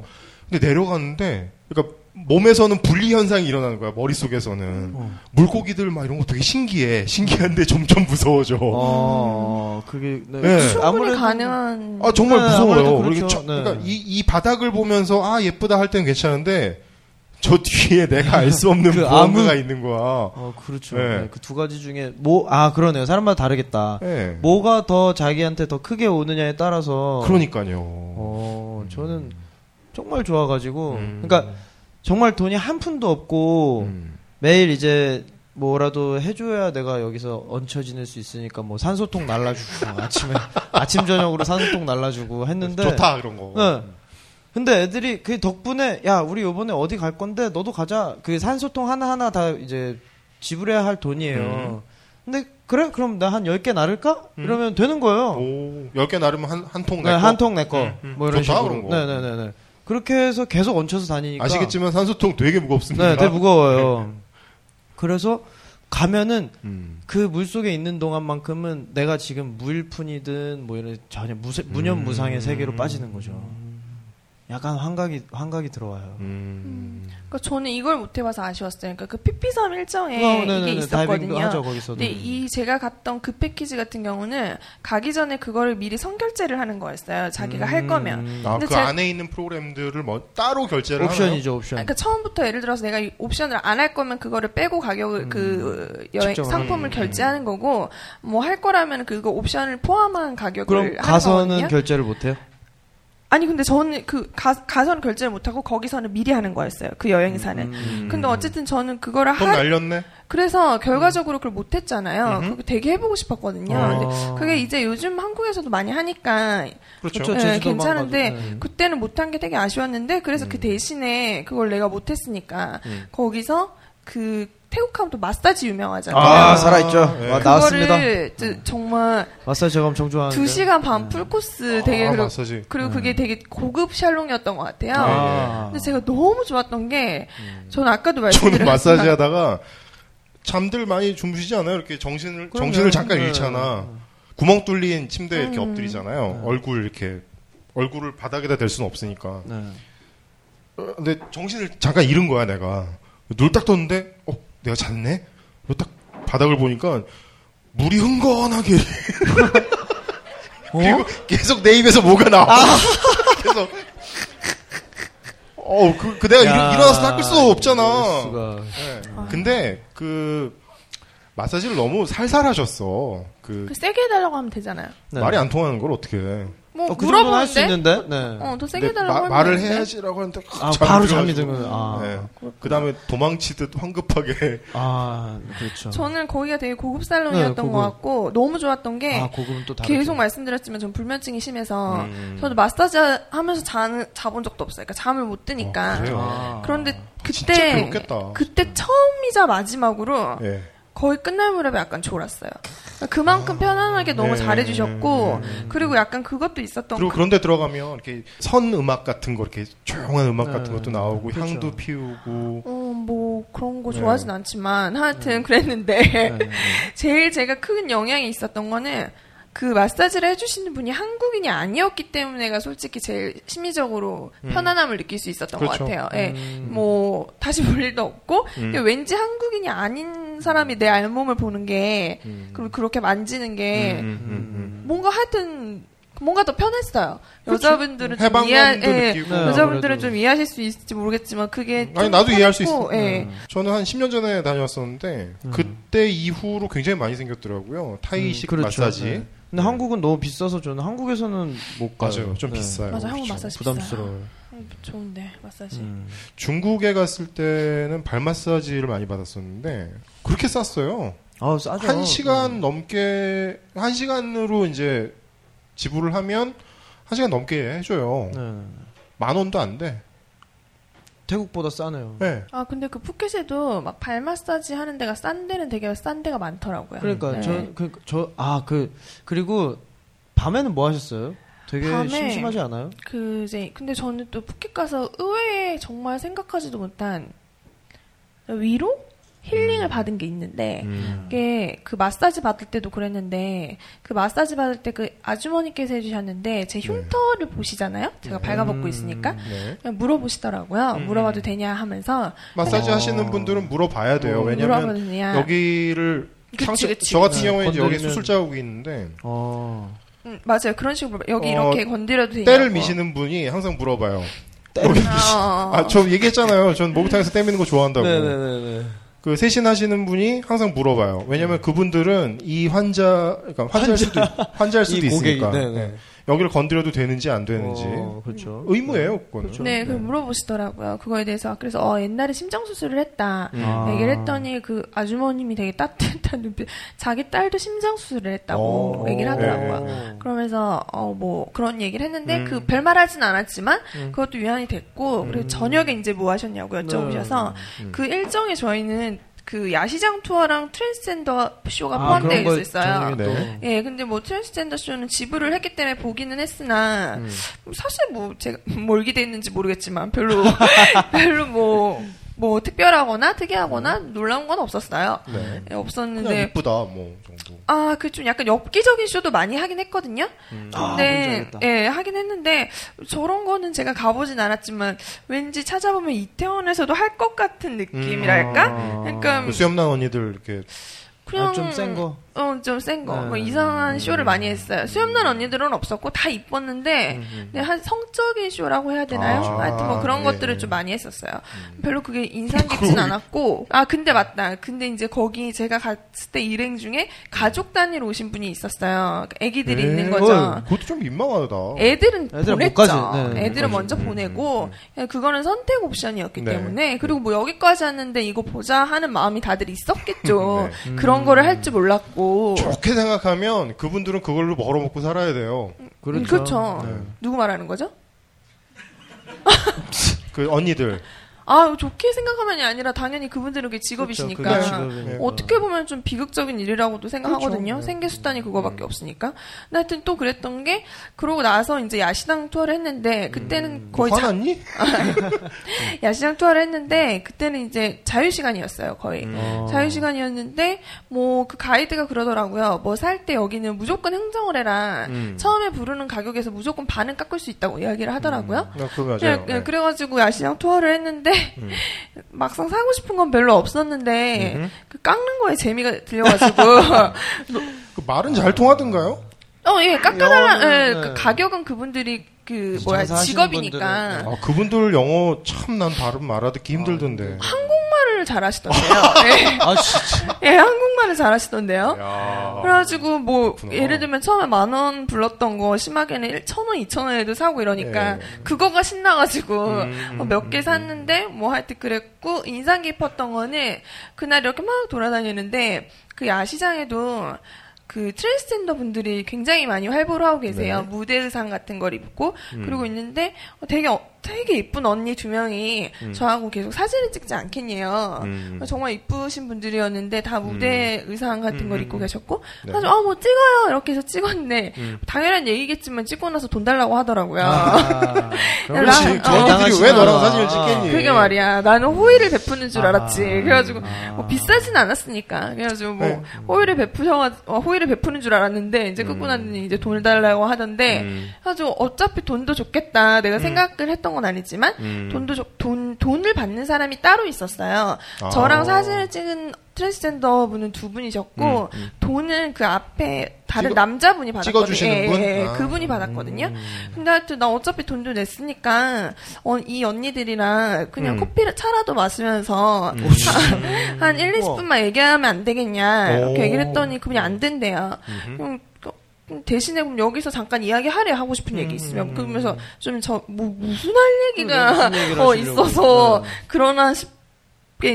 근데 내려갔는데, 그러니까 몸에서는 분리 현상이 일어나는 거야. 머릿 속에서는 어. 물고기들 막 이런 거 되게 신기해. 신기한데 점점 무서워져. 어, 그게 네. 네. 충분히 아무래도- 가능한. 아 정말 네, 아무래도 무서워요. 그렇죠. 그렇죠. 네. 그러니까 이, 이 바닥을 보면서 아 예쁘다 할 땐 괜찮은데 저 뒤에 [LAUGHS] 내가 알 수 없는 그 무언가가 암흑. 있는 거야. 어, 그렇죠. 네. 그 두 가지 중에 뭐 아 그러네요. 사람마다 다르겠다. 예. 아. 뭐가 더 자기한테 더 크게 오느냐에 따라서 그러니까요. 어, 저는 정말 좋아 가지고 음. 그러니까 정말 돈이 한 푼도 없고 음. 매일 이제 뭐라도 해줘야 내가 여기서 얹혀 지낼 수 있으니까 뭐 산소통 날라주고 아침에 아침 저녁으로 산소통 날라주고 했는데 좋다 그런 거. 네. 근데 애들이 그 덕분에 야 우리 요번에 어디 갈 건데 너도 가자 그 산소통 하나하나 다 이제 지불해야 할 음. 돈이에요 근데 그래 그럼 나 한 10개 나를까? 이러면 되는 거예요 오, 10개 나르면 한, 한 통, 음. 네, 내 거? 한통 내 거. 음, 음. 뭐 이런 좋다, 식으로. 그런 거. 네네네. 그렇게 해서 계속 얹혀서 다니니까 아시겠지만 산소통 되게 무겁습니다. 네, 되게 무거워요. 그래서 가면은 음. 그 물 속에 있는 동안만큼은 내가 지금 무일푼이든 뭐 이런 전혀 무세, 무념무상의 세계로 빠지는 거죠. 약간 환각이 환각이 들어와요. 음. 그러니까 저는 이걸 못 해봐서 아쉬웠어요. 그러니까 그 PP섬 일정에 어, 이게 네네네. 다이빙도 있었거든요. 하죠 거기서도. 음. 근데 이 제가 갔던 그 패키지 같은 경우는 가기 전에 그거를 미리 선결제를 하는 거였어요. 자기가 할 거면. 아, 근데 그 제가- 안에 있는 프로그램들을 뭐 따로 결제를 하나요? 옵션이죠 옵션. 그러니까 처음부터 예를 들어서 내가 이 옵션을 안 할 거면 그거를 빼고 가격을 그 여행 측정을 상품을 결제하는 거고 뭐 할 거라면 그거 옵션을 포함한 가격을 그럼 하는 가서는 거거든요. 결제를 못 해요? 아니 근데 저는 그 가, 가서는 결제를 못 하고 거기서는 미리 하는 거였어요. 그 여행사는. 근데 어쨌든 저는 그거를 돈 하 날렸네. 그래서 결과적으로 그걸 못 했잖아요. 그거 되게 해 보고 싶었거든요. 어. 근데 그게 이제 요즘 한국에서도 많이 하니까 그렇죠. 그렇죠. 네, 제주도 괜찮은데 마찬가지. 네. 그때는 못한 게 되게 아쉬웠는데 그래서 그 대신에 그걸 내가 못했으니까 거기서 그 태국 하면 또 마사지 유명하잖아요. 아, 살아있죠. 예. 와, 나- 나왔습니다. 그거를 저- 정말 마사지 제가 엄청 좋아하는데. 네. 두 시간 반 풀 코스 되게 아, 그리고, 마사지. 그리고 그게 되게 고급 샬롱이었던 것 같아요. 아. 근데 제가 너무 좋았던 게 저는 아까도 저는 말씀드렸지만 마사지 하다가 잠들 많이 주무시지 않아요? 이렇게 정신을 그럼요. 정신을 잠깐 네. 잃잖아. 구멍 뚫린 음. 침대에 이렇게 네. 엎드리잖아요. 얼굴 이렇게 얼굴을 바닥에다 댈 수는 없으니까. 네. 어, 근데 정신을 잠깐 잃은 거야 내가 눈 딱 떴는데 어 내가 잤네 그리고 딱 바닥을 보니까 물이 흥건하게 어? 그리고 계속 내 입에서 뭐가 나와 아. [LAUGHS] 그래서 어그 그 내가 일- 야, 일어나서 닦을 수 이럴 없잖아 수가. 네. 근데 그 마사지를 너무 살살 하셨어 그 그 세게 해달라고 하면 되잖아요. 네. 말이 안 통하는 걸 어떻게 해 뭐 어, 그 정도는 할수 물어보는데 있는데. 네. 어, 더 세게 근데 해달라고 마- 하면 말을 되는데. 해야지라고 하는데 그 아, 잠이 바로 들어가지고. 잠이 들면 아. 그 다음에 도망치듯 황급하게. 아, 어. 그렇죠. 저는 거기가 되게 고급 네, 살롱이었던 고급. 것 같고 너무 좋았던 게 아, 고급은 또 다르죠. 계속 말씀드렸지만 전 불면증이 심해서 음. 저도 마사지 하면서 자는 자본 적도 없어요. 그러니까 잠을 못 드니까. 그래요? 아. 런데 진짜 그때 괴롭겠다. 그때 처음이자 마지막으로 예. 거의 끝날 무렵에 약간 졸았어요. 그러니까 그만큼 편안하게 너무 네. 음. 잘해주셨고 그리고 약간 그것도 있었던 그리고 그런데 들어가면 이렇게 선 음악 같은 거 이렇게 조용한 음악 같은 것도 나오고 그렇죠. 향도 피우고 어, 뭐 그런 거 네. 음. 좋아하진 않지만 하여튼 그랬는데 네, 제일 제가 큰 영향이 있었던 거는 그 마사지를 해주시는 분이 한국인이 아니었기 때문에가 솔직히 제일 심리적으로 편안함을 느낄 수 있었던 음. 그렇죠. 음. 것 같아요. 예. 뭐 다시 볼 일도 없고 근데 왠지 한국인이 아닌 사람이 내 알몸을 보는 게 음. 그리고 그렇게 만지는 음, 게 뭔가 하여튼 뭔가 더 편했어요. 여자분들은 좀 그렇죠. 해방감도 이해, 예, 느끼고 음, 네. 여자분들은 아무래도. 좀 이해하실 수 있을지 모르겠지만 그게 좀 아니, 나도 이해할 수 편했고, 있어요. 음. 예. 저는 한 10년 전에 다녀왔었는데 음. 그때 이후로 굉장히 많이 생겼더라고요 타이식 그렇죠. 마사지 음. 네. 근데 한국은 너무 비싸서 저는 한국에서는 못 가요. 맞아요 좀 네. 비싸요 맞아 한국 그렇죠. 마사지 부담스러워요. 비싸요. 음, 좋은데 마사지. 음. 중국에 갔을 때는 발 마사지를 많이 받았었는데 그렇게 쌌어요 아, 싸죠. 한 시간 넘게 한 시간으로 이제 지불을 하면 한 시간 넘게 해줘요 네. 네. 만 원도 안돼 태국보다 싸네요. 네. 아 근데 그 푸켓에도 막 발 마사지 하는 데가 싼 데는 되게 싼 데가 많더라고요. 그러니까 네. 저 그 저 아 그 그리고 밤에는 뭐 하셨어요? 되게 밤에- 심심하지 않아요? 그 이제 근데 저는 또 푸켓 가서 의외에 정말 생각하지도 못한 위로 음. 힐링을 받은 게 있는데 그게 그 마사지 받을 때도 그랬는데 그 마사지 받을 때 그 아주머니께서 해주셨는데 제 흉터를 보시잖아요 음. 제가 발가벗고 있으니까 네. 그냥 물어보시더라고요 음. 물어봐도 되냐 하면서 마사지 어. 하시는 분들은 물어봐야 돼요. 물어봐도 왜냐면 되냐 여기를 네. 그치, 상처- 그치, 저 같은 그치. 경우에 이제 여기 건드리면- 수술 자국이 있는데 어. 음, 맞아요 그런 식으로 물어봐. 여기 어, 이렇게 건드려도 되냐 때를 미시는 분이 항상 물어봐요. 아, 아, 저 얘기했잖아요. 전 목욕탕에서 때 미는 거 좋아한다고. 네네네네. 그 세신 하시는 분이 항상 물어봐요. 네. 왜냐면 그분들은 이 환자, 그러니까 환자일 수도, 환자일 수도 이 고객이 있으니까. 네네. 네. 여기를 건드려도 되는지 안 되는지. 음. 어, 그렇죠. 의무예요, 그거는. 네, 그 물어보시더라고요. 그거에 대해서 그래서 어, 옛날에 심장 수술을 했다 아. 얘기를 했더니 그 아주머님이 되게 따뜻한 눈빛. 자기 딸도 심장 수술을 어. 했다고 얘기를 하더라고요. 네. 음. 그러면서 어 뭐 그런 얘기를 했는데 그 별말 하진 않았지만 네. 음. 그것도 위안이 됐고 그리고 저녁에 이제 뭐 하셨냐고 여쭤보셔서 그 일정에 저희는 그 야시장 투어랑 트랜스젠더 쇼가 아, 포함되어 그런 거 저녁에 있었어요. 네. 예, 근데 뭐 트랜스젠더 쇼는 지불을 했기 때문에 보기는 했으나 음. 사실 뭐 제가 [LAUGHS] 뭘 기대했는지 [LAUGHS] 모르겠지만 별로 별로 뭐. 뭐 특별하거나 특이하거나 음. 놀라운 건 없었어요. 네. 예, 그냥 없었는데 이쁘다 뭐 정도. 아, 그 좀 약간 엽기적인 쇼도 많이 하긴 했거든요. 아, 근데 뭔지 알겠다. 예, 하긴 했는데 저런 거는 제가 가보진 않았지만 왠지 찾아보면 이태원에서도 할 것 같은 느낌이랄까? 아. 그러니까 그 수염난 언니들 이렇게 그냥 아, 좀센 거? 어, 좀 센 거. 네. 뭐 이상한 쇼를 많이 했어요. 수염난 언니들은 없었고 다 이뻤는데 음. 근데 한 성적인 쇼라고 해야 되나요? 아, 하여튼 뭐 그런 네. 예, 예. 것들을 좀 많이 했었어요. 음. 별로 그게 인상 깊진 않았고 아 근데 맞다. 근데 이제 거기 제가 갔을 때 일행 중에 가족 단위로 오신 분이 있었어요. 애기들이 에이, 있는 거죠. 네. 그것도 좀 민망하다. 애들은 네. 애들은 못 보냈죠. 가지. 음. 네, 애들은 못 먼저 보내고 예, 그냥 그거는 선택 옵션이었기 네. 때문에 그리고 뭐 여기까지 왔는데 이거 보자 하는 마음이 다들 [LAUGHS] 있었겠죠. 네. 그런 음. 거를 할 줄 몰랐고. 좋게 생각하면 그분들은 그걸로 벌어먹고 살아야 돼요. 그렇죠. 그렇죠. 네. 누구 말하는 거죠? 그 언니들. 아 좋게 생각하면이 아니라 당연히 그분들은 그렇죠. 그게 직업이시니까 아, 그게 네. 직업이니까. 어떻게 보면 좀 비극적인 일이라고도 생각하거든요. 그렇죠. 네. 생계 수단이 그거밖에 없으니까. 근데 하여튼 또 그랬던 게 그러고 나서 이제 야시장 투어를 했는데 그때는 거의 자- 뭐 화났니? 야시장 투어를 했는데 그때는 이제 자유 시간이었어요 거의 어. 자유 시간이었는데 뭐 그 가이드가 그러더라고요 뭐 살 때 여기는 무조건 흥정을 해라 처음에 부르는 가격에서 무조건 반은 깎을 수 있다고 이야기를 하더라고요. 아, 그거 맞아요. 그냥- 네, 네. 그냥 그래가지고 야시장 투어를 했는데 음. [LAUGHS] 막상 사고 싶은 건 별로 없었는데 그 깎는 거에 재미가 [LAUGHS] 들려가지고 [LAUGHS] 그 말은 잘 통하던가요? 어 예 깎아달라 영어는, 예, 네. 그 가격은 그분들이 그 뭐야 장사하시는 직업이니까 분들은, 네. 아, 그분들 영어 참 난 발음 알아듣기 힘들던데. 한국말을 잘하시던데요. [LAUGHS] 예. 아, 진짜. 예, 한국말을 잘하시던데요. 야. 아, 그래가지고 뭐 아. 그렇구나. 예를 들면 처음에 만 원 불렀던 거 심하게는 1 0 0 0원 이천 원에도 사고 이러니까 예. 그거가 신나가지고 어, 음, 몇 개 샀는데 뭐 하여튼 그랬고 인상 깊었던 거는 그날 이렇게 막 돌아다니는데 그 야시장에도 그 트랜스젠더 분들이 굉장히 많이 활보를 하고 계세요. 네. 무대 의상 같은 걸 입고 음. 그러고 있는데 어, 되게 어- 되게 예쁜 언니 두 명이 저하고 계속 사진을 찍지 않겠네요. 음. 정말 이쁘신 분들이었는데 다 무대 의상 같은 걸 입고 계셨고 네. 그래서 아뭐 찍어요 이렇게 해서 찍었네 당연한 얘기겠지만 찍고 나서 돈 달라고 하더라고요 [LAUGHS] 아, 그럼 그렇지. 그 언니들이 당하시나 아, 왜 너랑 봐. 사진을 찍겠니? 그게 말이야 나는 호의를 베푸는 줄 아. 알았지 그래가지고 아. 뭐 비싸진 않았으니까 그래가지고 뭐 네. 호의를 베푸셔 어, 호의를 베푸는 줄 알았는데 이제 끊고 나더니 이제 돈을 달라고 하던데 그래가지고 어차피 돈도 줬겠다 내가 생각을 했던 건 아니지만 음. 돈도 줘- 돈 돈을 받는 사람이 따로 있었어요 아. 저랑 사진을 찍은 트랜스젠더 분은 두 분이셨고 돈은 그 앞에 음, 다른 찍어- 남자분이 받았거든요. 찍어주시는 예, 예, 분? 예, 아. 음. 그분이 받았거든요. 근데 하여튼 나 어차피 돈도 냈으니까 어, 이 언니들이랑 그냥 음. 커피를 차라도 마시면서 한- 한 1, 20분만 얘기하면 안 되겠냐 오. 이렇게 얘기를 했더니 그분이 안 된대요. 음? 그럼 그- 그럼 대신에 그럼 여기서 잠깐 이야기하래 하고 싶은 음, 얘기 있으면 그러면서 좀 저 뭐 무슨 할 얘기가 무슨 얘기를 어, 하시려고. 있어서 네. 그러나 싶게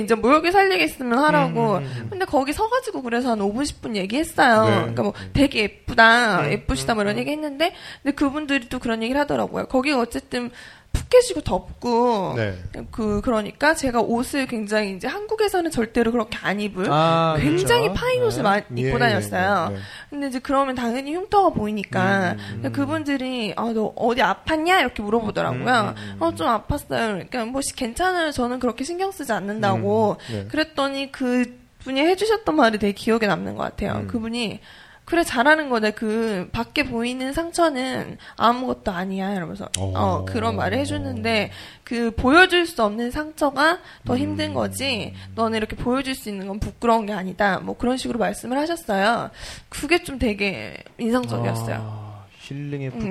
이제 뭐 여기 살 얘기 있으면 하라고 음, 근데 거기 서가지고 그래서 한 5분 10분 얘기했어요. 네. 그러니까 뭐 음. 되게 예쁘다, 예쁘시다 뭐 이런 얘기했는데 근데 그분들이 또 그런 얘기를 하더라고요. 거기 어쨌든 푸켓이고 덥고 네. 그 그러니까 제가 옷을 굉장히 이제 한국에서는 절대로 그렇게 안 입을 아, 굉장히 그렇죠. 파인 옷을 많이 입고 예, 다녔어요. 예, 예, 예. 근데 이제 그러면 당연히 흉터가 보이니까 근데 그분들이 아 너 어디 아팠냐 이렇게 물어보더라고요. 어 좀 아팠어요. 그러니까 뭐 시- 괜찮아요. 저는 그렇게 신경 쓰지 않는다고 음, 네. 그랬더니 그 분이 해주셨던 말이 되게 기억에 남는 것 같아요. 그분이 그래 잘하는 거네. 그 밖에 보이는 상처는 아무것도 아니야 이러면서 오. 어 그런 말을 해주는데 그 보여줄 수 없는 상처가 더 힘든 거지. 너는 이렇게 보여줄 수 있는 건 부끄러운 게 아니다. 뭐 그런 식으로 말씀을 하셨어요. 그게 좀 되게 인상적이었어요. 아, 힐링의 부... 음,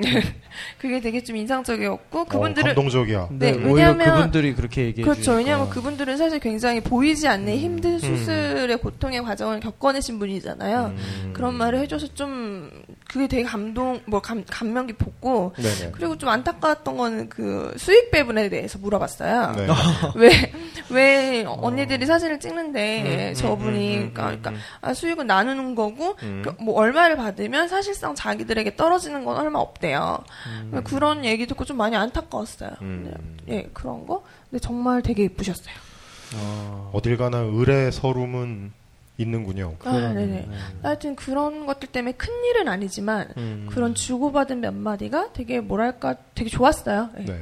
그게 되게 좀 인상적이었고 어, 그분들은 감동적이야. 네, 오히려 왜냐면- 그분들이 그렇게 얘기해 그렇죠. 예, 주니까. 음, 왜냐하면 그분들은 사실 굉장히 보이지 않는 힘든 수술의 고통의 과정을 겪어내신 분이잖아요. 음. 그런 말을 해줘서 좀 그게 되게 감동, 뭐 감, 감명 깊었고 네네. 그리고 좀 안타까웠던 거는 그 수익 배분에 대해서 물어봤어요. 네. [LAUGHS] 왜, 왜 언니들이 사진을 찍는데 저분이, 그러니까, 그러니까 아, 수익은 나누는 거고, 그, 뭐, 얼마를 받으면 사실상 자기들에게 떨어지는 건 얼마 없대요. 그런 얘기 듣고 좀 많이 안타까웠어요. 네, 예, 그런 거. 근데 정말 되게 예쁘셨어요. 아, 어딜 가나 의뢰 서름은 있는군요. 아, 네네. 하여튼 그런 것들 때문에 큰 일은 아니지만 음. 그런 주고받은 몇 마디가 되게 뭐랄까 되게 좋았어요. 예, 네.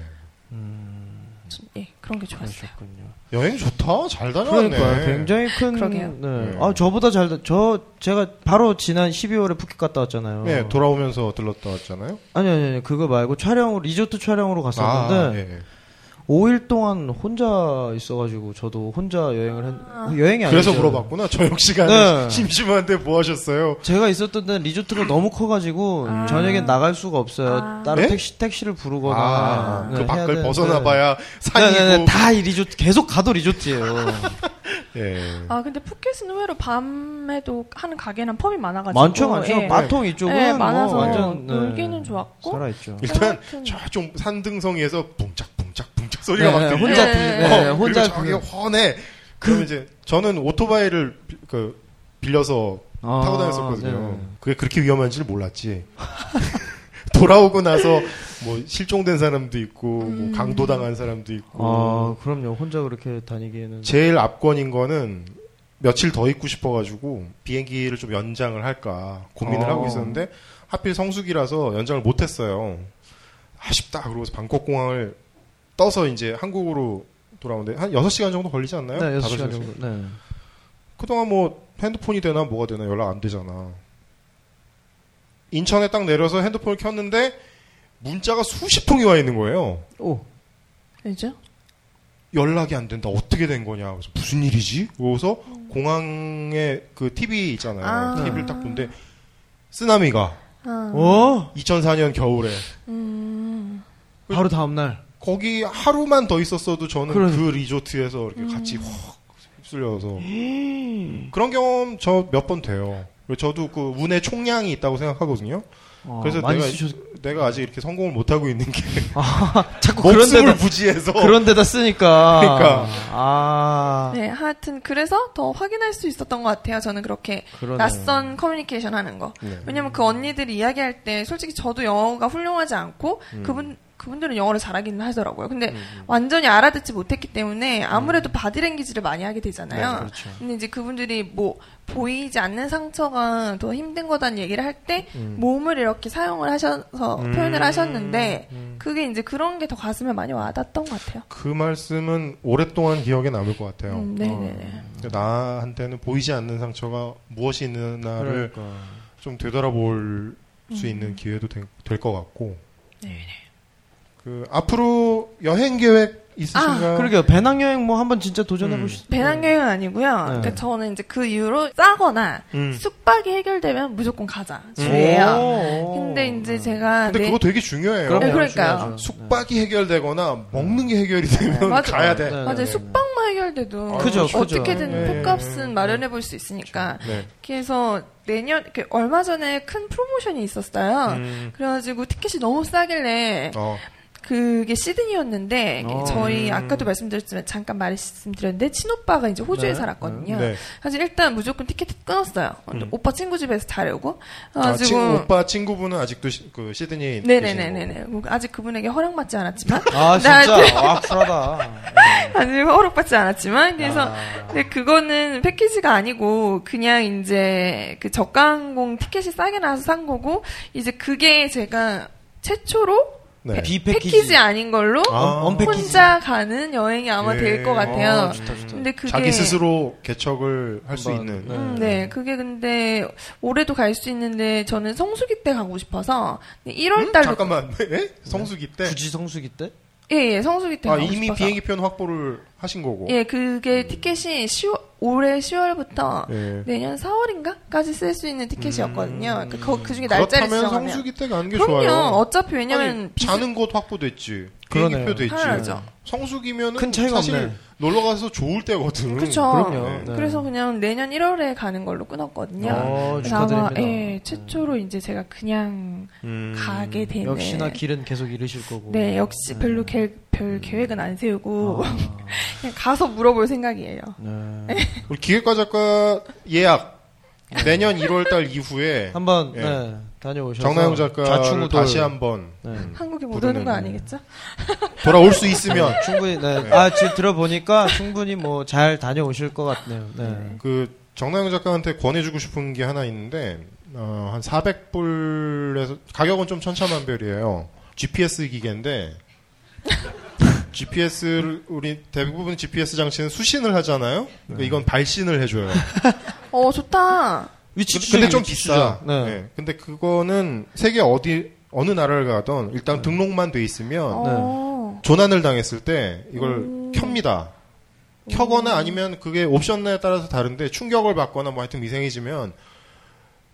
좀, 예, 그런 게 좋았어요. 그러셨군요. 여행 좋다. 잘 다녀왔네. 그러니까 굉장히 큰. 아, 그러게요. 네. 네. 아 저보다 잘. 다- 저 제가 바로 지난 12월에 푸켓 갔다 왔잖아요. 네, 돌아오면서 들렀다 왔잖아요. 아니 아니 아니 그거 말고 촬영으로 리조트 촬영으로 아, 갔었는데 예. 5일 동안 혼자 있어가지고 저도 혼자 여행을 했. 여행이 아니죠. 그래서 물어봤구나. 저녁 시간에 네. 심심한데 뭐 하셨어요? 제가 있었던 데는 리조트가 너무 커가지고 아. 저녁엔 나갈 수가 없어요. 아. 따로 네? 택시 택시를 부르거나 아, 네, 그 해야 밖을 되는데. 벗어나봐야 네네네 산이고. 다이 리조트 계속 가도 리조트예요. 예. 네. 아 근데 푸켓은 의외로 밤에도 하는 가게나 펍이 [LAUGHS] 많아가지고 많죠 많죠. 예. 마통 이쪽은 예, 뭐 많아서 완전 네. 놀기는 좋았고 살아있죠. 일단 하여튼- 저좀 산등성에서 붕짝 붕짝 붕짝 소리가 막 네, 들려. 혼자 예. 들 네, 어, 혼자 그리고 저기 들려. 훤해. 그럼 이제 저는 오토바이를 비- 그 빌려서 아, 타고 다녔었거든요. 네. 그게 그렇게 위험한지를 몰랐지. [LAUGHS] 돌아오고 나서 뭐 실종된 사람도 있고 뭐 강도당한 사람도 있고 아 그럼요. 혼자 그렇게 다니기에는 제일 압권인 거는 며칠 더 있고 싶어가지고 비행기를 좀 연장을 할까 고민을 어. 하고 있었는데 하필 성수기라서 연장을 못했어요. 아쉽다. 그러고서 방콕 공항을 떠서 이제 한국으로 돌아오는데 한 6시간 정도 걸리지 않나요? 네, 6 다섯 시간 시간씩. 정도. 네. 그동안 뭐 핸드폰이 되나 뭐가 되나 연락 안 되잖아. 인천에 딱 내려서 핸드폰을 켰는데 문자가 수십 통이 와 있는 거예요. 오. 그죠? 연락이 안 된다. 어떻게 된 거냐. 그래서 무슨 일이지? 그래서 공항에 그 TV 있잖아요. 아. TV를 딱 본데 쓰나미가 아, 어? 어? 오. 2004년 겨울에 음, 바로 다음 날. 거기 하루만 더 있었어도 저는 그 그러니까. 리조트에서 이렇게 같이 음. 확 휩쓸려서 그런 경험 저 몇 번 돼요. 저도 그 운의 총량이 있다고 생각하거든요. [GASPS] 어, 그래서 많이 내가- 쓰셨. 내가 아직 이렇게 성공을 못 하고 있는 [LAUGHS] 게 자꾸 그런 목숨을 데다 부지해서 그런 데다 쓰니까. 그러니까. 아. 네, 하여튼 그래서 더 확인할 수 있었던 것 같아요. 저는 그렇게 그러네. 낯선 커뮤니케이션 하는 거. 네. 왜냐면 그 언니들이 이야기할 때 솔직히 저도 영어가 훌륭하지 않고 음. 그분 그분들은 영어를 잘하기는 하더라고요. 근데 완전히 알아듣지 못했기 때문에 아무래도 바디랭귀지를 많이 하게 되잖아요. 음. 네, 그렇죠. 근데 이제 그분들이 뭐 보이지 않는 상처가 더 힘든 거다는 얘기를 할 때 음. 몸을 이렇게 사용을 하셔서 표현을 하셨는데 음. 그게 이제 그런 게 더 가슴에 많이 와닿았던 것 같아요. 그 말씀은 오랫동안 기억에 남을 것 같아요. 어. 음, 네네네. 그러니까 나한테는 보이지 않는 상처가 무엇이 음. 있느냐를 그러니까. 좀 되돌아볼 수 있는 기회도 될 것 같고. 네, 그 앞으로 여행 계획 아, 있으신가요? 그러게요. 배낭여행 뭐 한번 진짜 도전해 보시죠. 음. 배낭여행은 아니고요. 그러니까 저는 이제 그 이후로 싸거나 네. 음. 숙박이 해결되면 무조건 가자. 주예요. 근데 이제 제가 근데 네- 그거 되게 중요해요. 그럼요. 음. 네, 그러니까요. 음. 숙박이 해결되거나 먹는 게 네. 해결이 되면 맞아. 가야 돼. 네. 맞아요. 숙박만 해결돼도 아, 그죠, 그죠. 어떻게든 네. 톱값은 마련해 볼 수 있으니까. 네. 그래서 내년 이렇게 얼마 전에 큰 프로모션이 있었어요. 음. 그래가지고 티켓이 너무 싸길래 어. 음. 그게 시드니였는데 어. 저희 아까도 말씀드렸지만 잠깐 말씀드렸는데 친오빠가 이제 호주에 네. 살았거든요. 네. 음. 사실 일단 무조건 티켓 끊었어요. 오빠 친구 집에서 자려고. 아, 그래가지고 친, 오빠 친구분은 아직도 시, 그 시드니에 계시는 네네네네네. 뭐 아직 그분에게 허락받지 않았지만. [LAUGHS] 아 나한테 진짜 와 쿨하다. 아, 아직 허락받지 않았지만. 그래서 아. 네. 근데 그거는 패키지가 아니고 그냥 이제 그 저가 항공 티켓이 싸게 나와서 산 거고 이제 그게 제가 최초로 거고. 네. 비패키지. 음, 패키지 아닌 걸로 아. 언패키지. 혼자 가는 여행이 아마 예. 될 것 같아요. 어, 좋다 좋다. 근데 그게 자기 스스로 개척을 할 수 한번, 있는 네. 음, 네, 그게 근데 올해도 갈 수 있는데 저는 성수기 때 가고 싶어서 1월 음? 달로 잠깐만 예? 성수기 네. 때 굳이 성수기 때? 예, 예, 성수기 때 아, 가고 이미 싶어서. 비행기 표는 확보를 하신 거고 예, 그게 티켓이 10월, 올해 10월부터 예. 내년 4월인가까지 쓸 수 있는 티켓이었거든요. 그, 거- 그 중에 날짜를 음. 그렇다면 지정하면. 성수기 때 가는 게 그럼요. 좋아요 어차피 왜냐면 아니, 자는 곳 확보됐지 그러네요. 비행기표 됐지 당연하죠. 성수기면은 큰 차이가 사실 없네. 놀러 가서 좋을 때거든 그렇죠. 그럼요. 네. 그래서 그냥 내년 1월에 가는 걸로 끊었거든요. 어, 그래서 아마 축하드립니다. 음, 예, 최초로 이제 제가 그냥 음. 가게 되는 역시나 음. 길은 계속 잃으실 거고. 네, 역시 별로 계, 별 계획은 안 어. 세우고 [LAUGHS] 아. 그냥 가서 물어볼 생각이에요. 네. 우리 기획과 작가 예약 내년 1월 달 이후에 한번 예. 네. 다녀오셔서 정나영 작가를 좌충우돌. 다시 한번 네. 한국에 못 오는 거 부르는. 아니겠죠? 돌아올 수 있으면 충분히 네. 아 지금 들어보니까 충분히 뭐 잘 다녀오실 것 같네요. 네. 그 정나영 작가한테 권해주고 싶은 게 하나 있는데 어, 한 400불에서 가격은 좀 천차만별이에요. GPS 기계인데 GPS를 우리 대부분 GPS 장치는 수신을 하잖아요. 그러니까 이건 발신을 해줘요. 어 좋다. 위치 근데, 근데 좀 비싸. 네. 네. 근데 그거는 세계 어디 어느 나라를 가던 일단 등록만 돼 있으면 네. 어. 조난을 당했을 때 이걸 켭니다. 켜거나 아니면 그게 옵션에 따라서 다른데 충격을 받거나 뭐 하여튼 미생해지면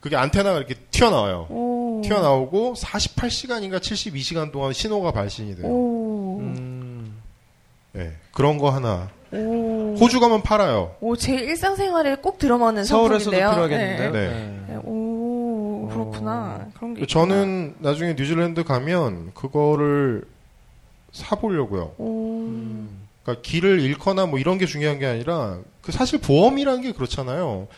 그게 안테나가 이렇게 튀어나와요. 오. 튀어나오고 48시간인가 72시간 동안 신호가 발신이 돼요. 오. 음, 예, 그런 거 하나. 오. 호주 가면 팔아요. 오, 제 일상생활에 꼭 들어맞는 서울에서도 상품인데요. 필요하겠는데요. 어. 네. 네. 네. 오, 그렇구나. 그런 게 있구나. 저는 나중에 뉴질랜드 가면 그거를 사보려고요. 오. 음. 그러니까 길을 잃거나 뭐 이런 게 중요한 게 아니라 그 사실 보험이라는 게 그렇잖아요.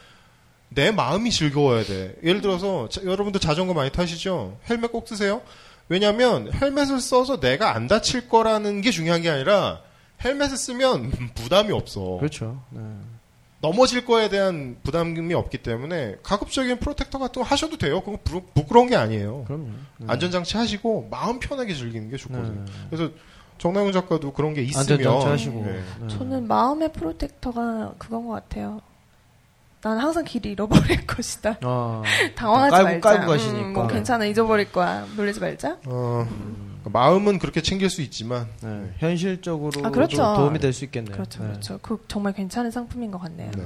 내 마음이 즐거워야 돼. 예를 들어서 자- 여러분들 자전거 많이 타시죠? 헬멧 꼭 쓰세요. 왜냐하면 헬멧을 써서 내가 안 다칠 거라는 게 중요한 게 아니라 헬멧을 쓰면 [LAUGHS] 부담이 없어. 그렇죠. 네. 넘어질 거에 대한 부담이 없기 때문에 가급적인 프로텍터 같은 거 하셔도 돼요. 그거 부러- 부끄러운 게 아니에요. 그럼요. 네. 안전장치 하시고 마음 편하게 즐기는 게 좋거든요. 네. 그래서 정나영 작가도 그런 게 있으면 안전장치 하시고. 네. 네. 저는 마음의 프로텍터가 그건 것 같아요. 난 항상 길을 잃어버릴 [LAUGHS] 것이다. 아, 당황하지 깔고- 말자. 깔고 가시니까. 음, 뭐 괜찮아 잊어버릴 거야. 놀라지 말자. 어, 그러니까 마음은 그렇게 챙길 수 있지만 네. 현실적으로 아, 그렇죠. 좀 도움이 될 수 있겠네요. 그렇죠, 네. 그렇죠. 그 정말 괜찮은 상품인 것 같네요. 네.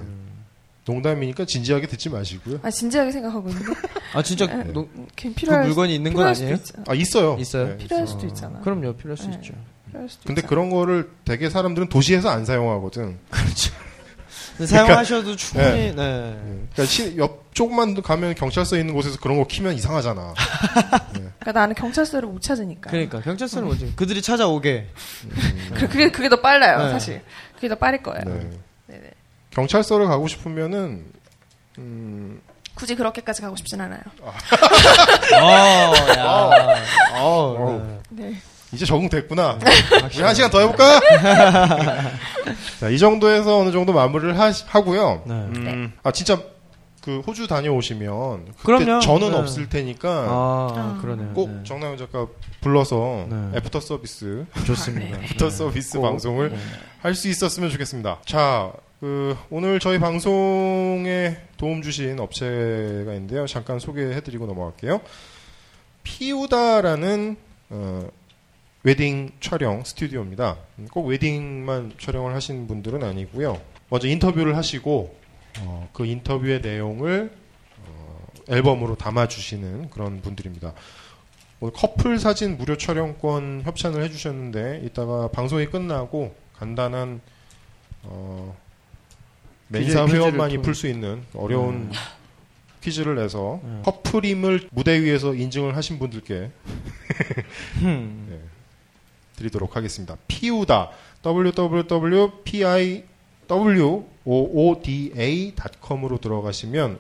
농담이니까 진지하게 듣지 마시고요. 아 진지하게 [LAUGHS] 생각하고 있는데 아 진짜 네. 노- 괜히 그 필요할 물건이 있는 건 필요할 수도 아니에요? 있잖아. 아 있어요. 있어요? 네, 필요할 있어요. 수도 있잖아. 그럼요, 필요할 수 네. 있죠. 필요할 수도 근데 있잖아. 그런 거를 되게 사람들은 도시에서 안 사용하거든. 근데 사용하셔도 충분히 네. 그러니까 시, 옆 조금만 가면 경찰서 있는 곳에서 그런 거 키면 이상하잖아. 그러니까 나는 경찰서를 못 찾으니까. 그 그러니까 경찰서는 뭐지? 그들이 찾아오게. 게 그게 더 빨라요, 네. 사실. 그게 더 빠를 거예요. 네. 경찰서를 가고 싶으면은 음, 굳이 그렇게까지 가고 싶진 않아요. 어, 야. 어, 아, 어우. 네. 네. 이제 적응됐구나. 이제 한 시간 더 해볼까? [LAUGHS] 자, 이 정도에서 어느 정도 마무리를 하, 고요 네. 아 진짜 그 호주 다녀오시면 그때 그럼요. 저는 네. 없을 테니까 아, 그러네요. 꼭 네. 정나영 작가 불러서 네. 애프터 서비스, 좋습니다. 애프터 서비스 꼭. 네. 방송을 할 수 있었으면 좋겠습니다. 자, 그 오늘 저희 방송에 도움 주신 업체가 있는데요. 잠깐 소개해드리고 넘어갈게요. 피우다라는 어, 웨딩 촬영 스튜디오입니다. 음, 꼭 웨딩만 촬영을 하신 분들은 아니고요. 먼저 인터뷰를 하시고 어, 그 인터뷰의 내용을 어, 앨범으로 담아주시는 그런 분들입니다. 오늘 커플 사진 무료 촬영권 협찬을 해주셨는데 이따가 방송이 끝나고 간단한 어, 멘사 퀴즈- 회원만이 퀴즈를 풀 수 있는 어려운 네. 퀴즈를 내서 네. 커플임을 무대 위에서 인증을 하신 [LAUGHS] 분들께 네, 음. 드리도록 하겠습니다. 피우다 www.piwooda.com으로 들어가시면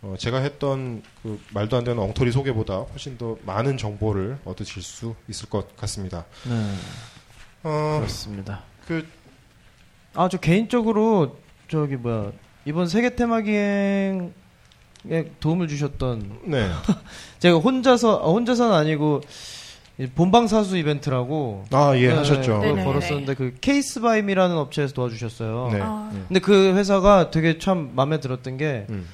어, 제가 했던 그 말도 안 되는 엉터리 소개보다 훨씬 더 많은 정보를 얻으실 수 있을 것 같습니다. 네. 어, 그렇습니다. 그 아, 저 개인적으로 저기 뭐야 이번 세계 테마 기행에 도움을 주셨던 네. 제가 혼자서 아, 혼자서는 아니고 이 본방사수 이벤트라고 [LAUGHS] 아, 예, 네, 하셨죠. 그걸 네네. 걸었었는데 그 케이스바임이라는 업체에서 도와주셨어요. 네. 아. 네. 근데 그 회사가 되게 참 마음에 들었던 게 음.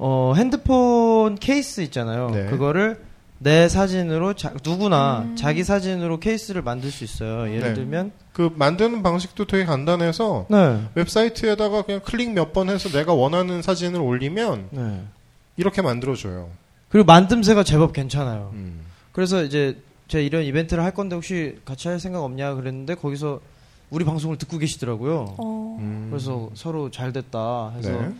어, 핸드폰 케이스 있잖아요. 네. 그거를 내 사진으로 자- 누구나 자기 사진으로 케이스를 만들 수 있어요. 예를 네. 들면 그 만드는 방식도 되게 간단해서 네. 웹사이트에다가 그냥 클릭 몇 번 해서 내가 원하는 사진을 올리면 네. 이렇게 만들어줘요. 그리고 만듦새가 제법 괜찮아요. 음. 그래서 이제 제가 이런 이벤트를 할 건데 혹시 같이 할 생각 없냐 그랬는데 거기서 우리 방송을 듣고 계시더라고요. 어. 음. 그래서 서로 잘 됐다 해서 네.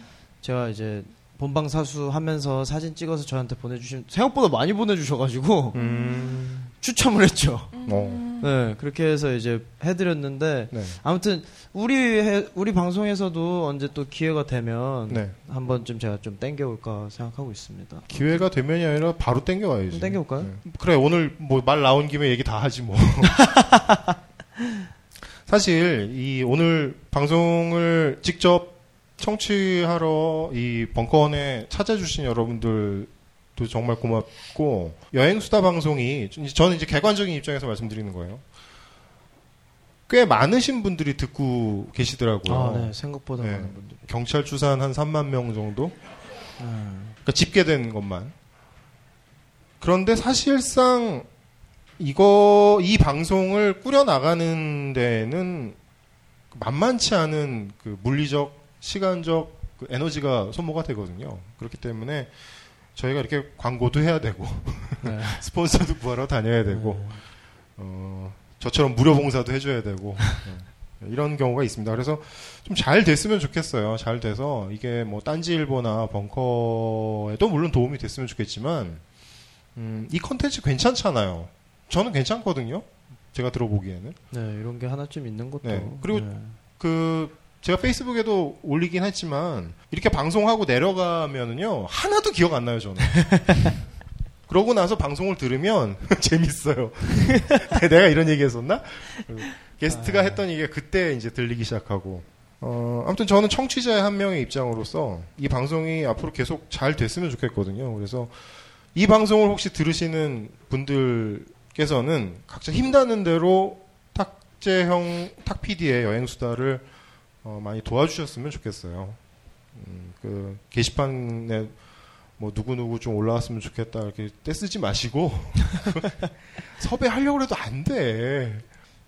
제가 이제 본방 사수 하면서 사진 찍어서 저한테 보내주신 생각보다 많이 보내주셔가지고 음. 추첨을 했죠. 어. 네 그렇게 해서 이제 해드렸는데 네. 아무튼 우리 해- 우리 방송에서도 언제 또 기회가 되면 네. 한 번쯤 제가 좀 땡겨올까 생각하고 있습니다. 기회가 되면이 아니라 바로 땡겨와야지. 좀 땡겨올까요? 그래 오늘 뭐 말 나온 김에 얘기 다 [LAUGHS] 하지 뭐. 사실 이 오늘 방송을 직접 청취하러 이 벙커원에 찾아주신 여러분들도 정말 고맙고 여행 수다 방송이 저는 이제 객관적인 입장에서 말씀드리는 거예요. 꽤 많으신 분들이 듣고 계시더라고요. 아, 네 생각보다 네. 많은 분들이. 경찰 추산 한 3만 명 정도? 네. 그러니까 집계된 것만. 그런데 사실상 이거 이 방송을 꾸려 나가는 데는 만만치 않은 그 물리적, 시간적 그 에너지가 소모가 되거든요. 그렇기 때문에 저희가 이렇게 광고도 해야 되고 네. [LAUGHS] 스폰서도 구하러 다녀야 되고 어, 저처럼 무료 봉사도 해줘야 되고 네. 이런 경우가 있습니다. 그래서 좀 잘 됐으면 좋겠어요. 잘 돼서 이게 뭐 딴지일보나 벙커에도 물론 도움이 됐으면 좋겠지만 음, 이 컨텐츠 괜찮잖아요. 저는 괜찮거든요. 제가 들어보기에는 네 이런 게 하나쯤 있는 것도. 네, 그리고 네. 그 제가 페이스북에도 올리긴 했지만 이렇게 방송하고 내려가면은요 하나도 기억 안 나요 저는. 그러고 나서 방송을 들으면 [LAUGHS] 재밌어요. 내가 이런 얘기했었나? 게스트가 했던 얘기가 그때 이제 들리기 시작하고. 어, 아무튼 저는 청취자의 한 명의 입장으로서 이 방송이 앞으로 계속 잘 됐으면 좋겠거든요. 그래서 이 방송을 혹시 들으시는 분들께서는 각자 힘나는 대로 탁재형 탁 PD의 여행 수다를 어, 많이 도와주셨으면 좋겠어요. 음, 그 게시판에 뭐 누구누구 좀 올라왔으면 좋겠다 이렇게 떼쓰지 마시고 [LAUGHS] 섭외하려고 해도 안 돼.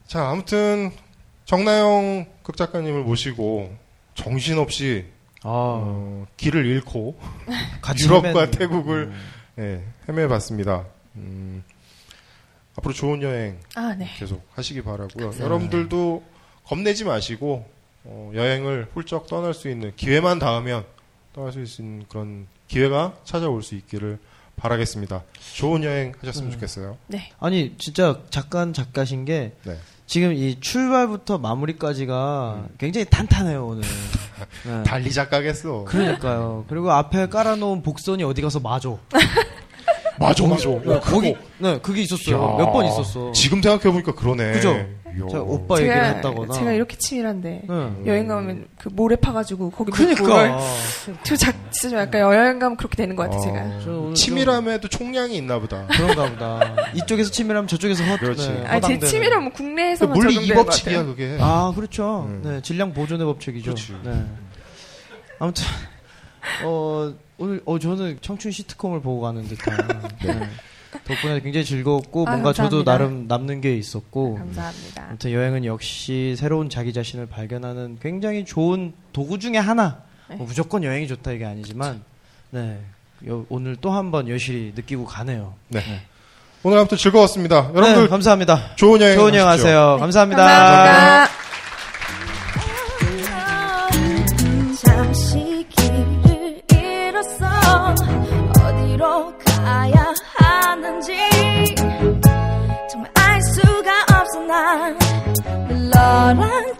자 아무튼 정나영 극작가님을 모시고 정신없이 아 어, 길을 잃고 같이 유럽과 헤매는- 태국을 음. 예, 헤매봤습니다. 음, 앞으로 좋은 여행 아, 네. 계속 하시기 바라고요. 네. 여러분들도 겁내지 마시고 어, 여행을 훌쩍 떠날 수 있는 기회만 닿으면 떠날 수 있는 그런 기회가 찾아올 수 있기를 바라겠습니다. 좋은 여행 음. 하셨으면 좋겠어요. 네. 아니 진짜 작가는 작가신 게 네. 지금 이 출발부터 마무리까지가 음. 굉장히 [LAUGHS] 탄탄해요 오늘. 네. 달리 작가겠어. 그러니까요. 그리고 앞에 깔아놓은 복선이 어디 가서 마죠. 맞아 맞아. 야, 그거. 거기 네 그게 있었어요. 야, 몇 번 있었어. 지금 생각해 보니까 그러네. 그죠? 이야. 아. 제가 오빠 아, 얘기를 했다거나. 제가 이렇게 치밀한데 네. 여행 가면 그 모래 파가지고 거기 그러니까. 저작 진짜 약간 여행 가면 그렇게 되는 것 같아 제가. 아, 저 오늘 좀- 치밀함에도 총량이 있나 보다. 그런가 보다. 이쪽에서 치밀하면 저쪽에서 헛. 그렇지. 네, 아니 제 허당되는. 치밀하면 국내에서만 그 물리 적용되는 것 이법칙이야 같아요. 그게. 아 그렇죠. 음. 네 질량 보존의 법칙이죠. 그렇지. 네. 아무튼 어 오늘 어 저는 청춘 시트콤을 보고 가는 듯한 네. 덕분에 굉장히 즐거웠고 아, 뭔가 저도 감사합니다. 나름 남는 게 있었고 감사합니다. 아무튼 여행은 역시 새로운 자기 자신을 발견하는 굉장히 좋은 도구 중에 하나. 네. 뭐 무조건 여행이 좋다 이게 아니지만 네 여- 오늘 또 한 번 여실히 느끼고 가네요. 네. 오늘 아무튼 즐거웠습니다. 여러분들 네, 감사합니다. 좋은 여행 좋은 여행 하십시오. 하세요. 네, 감사합니다. 잠시 길을 잃었어 어디로 가야 하는지 정말 알 수가 없어 난 너랑 뭐.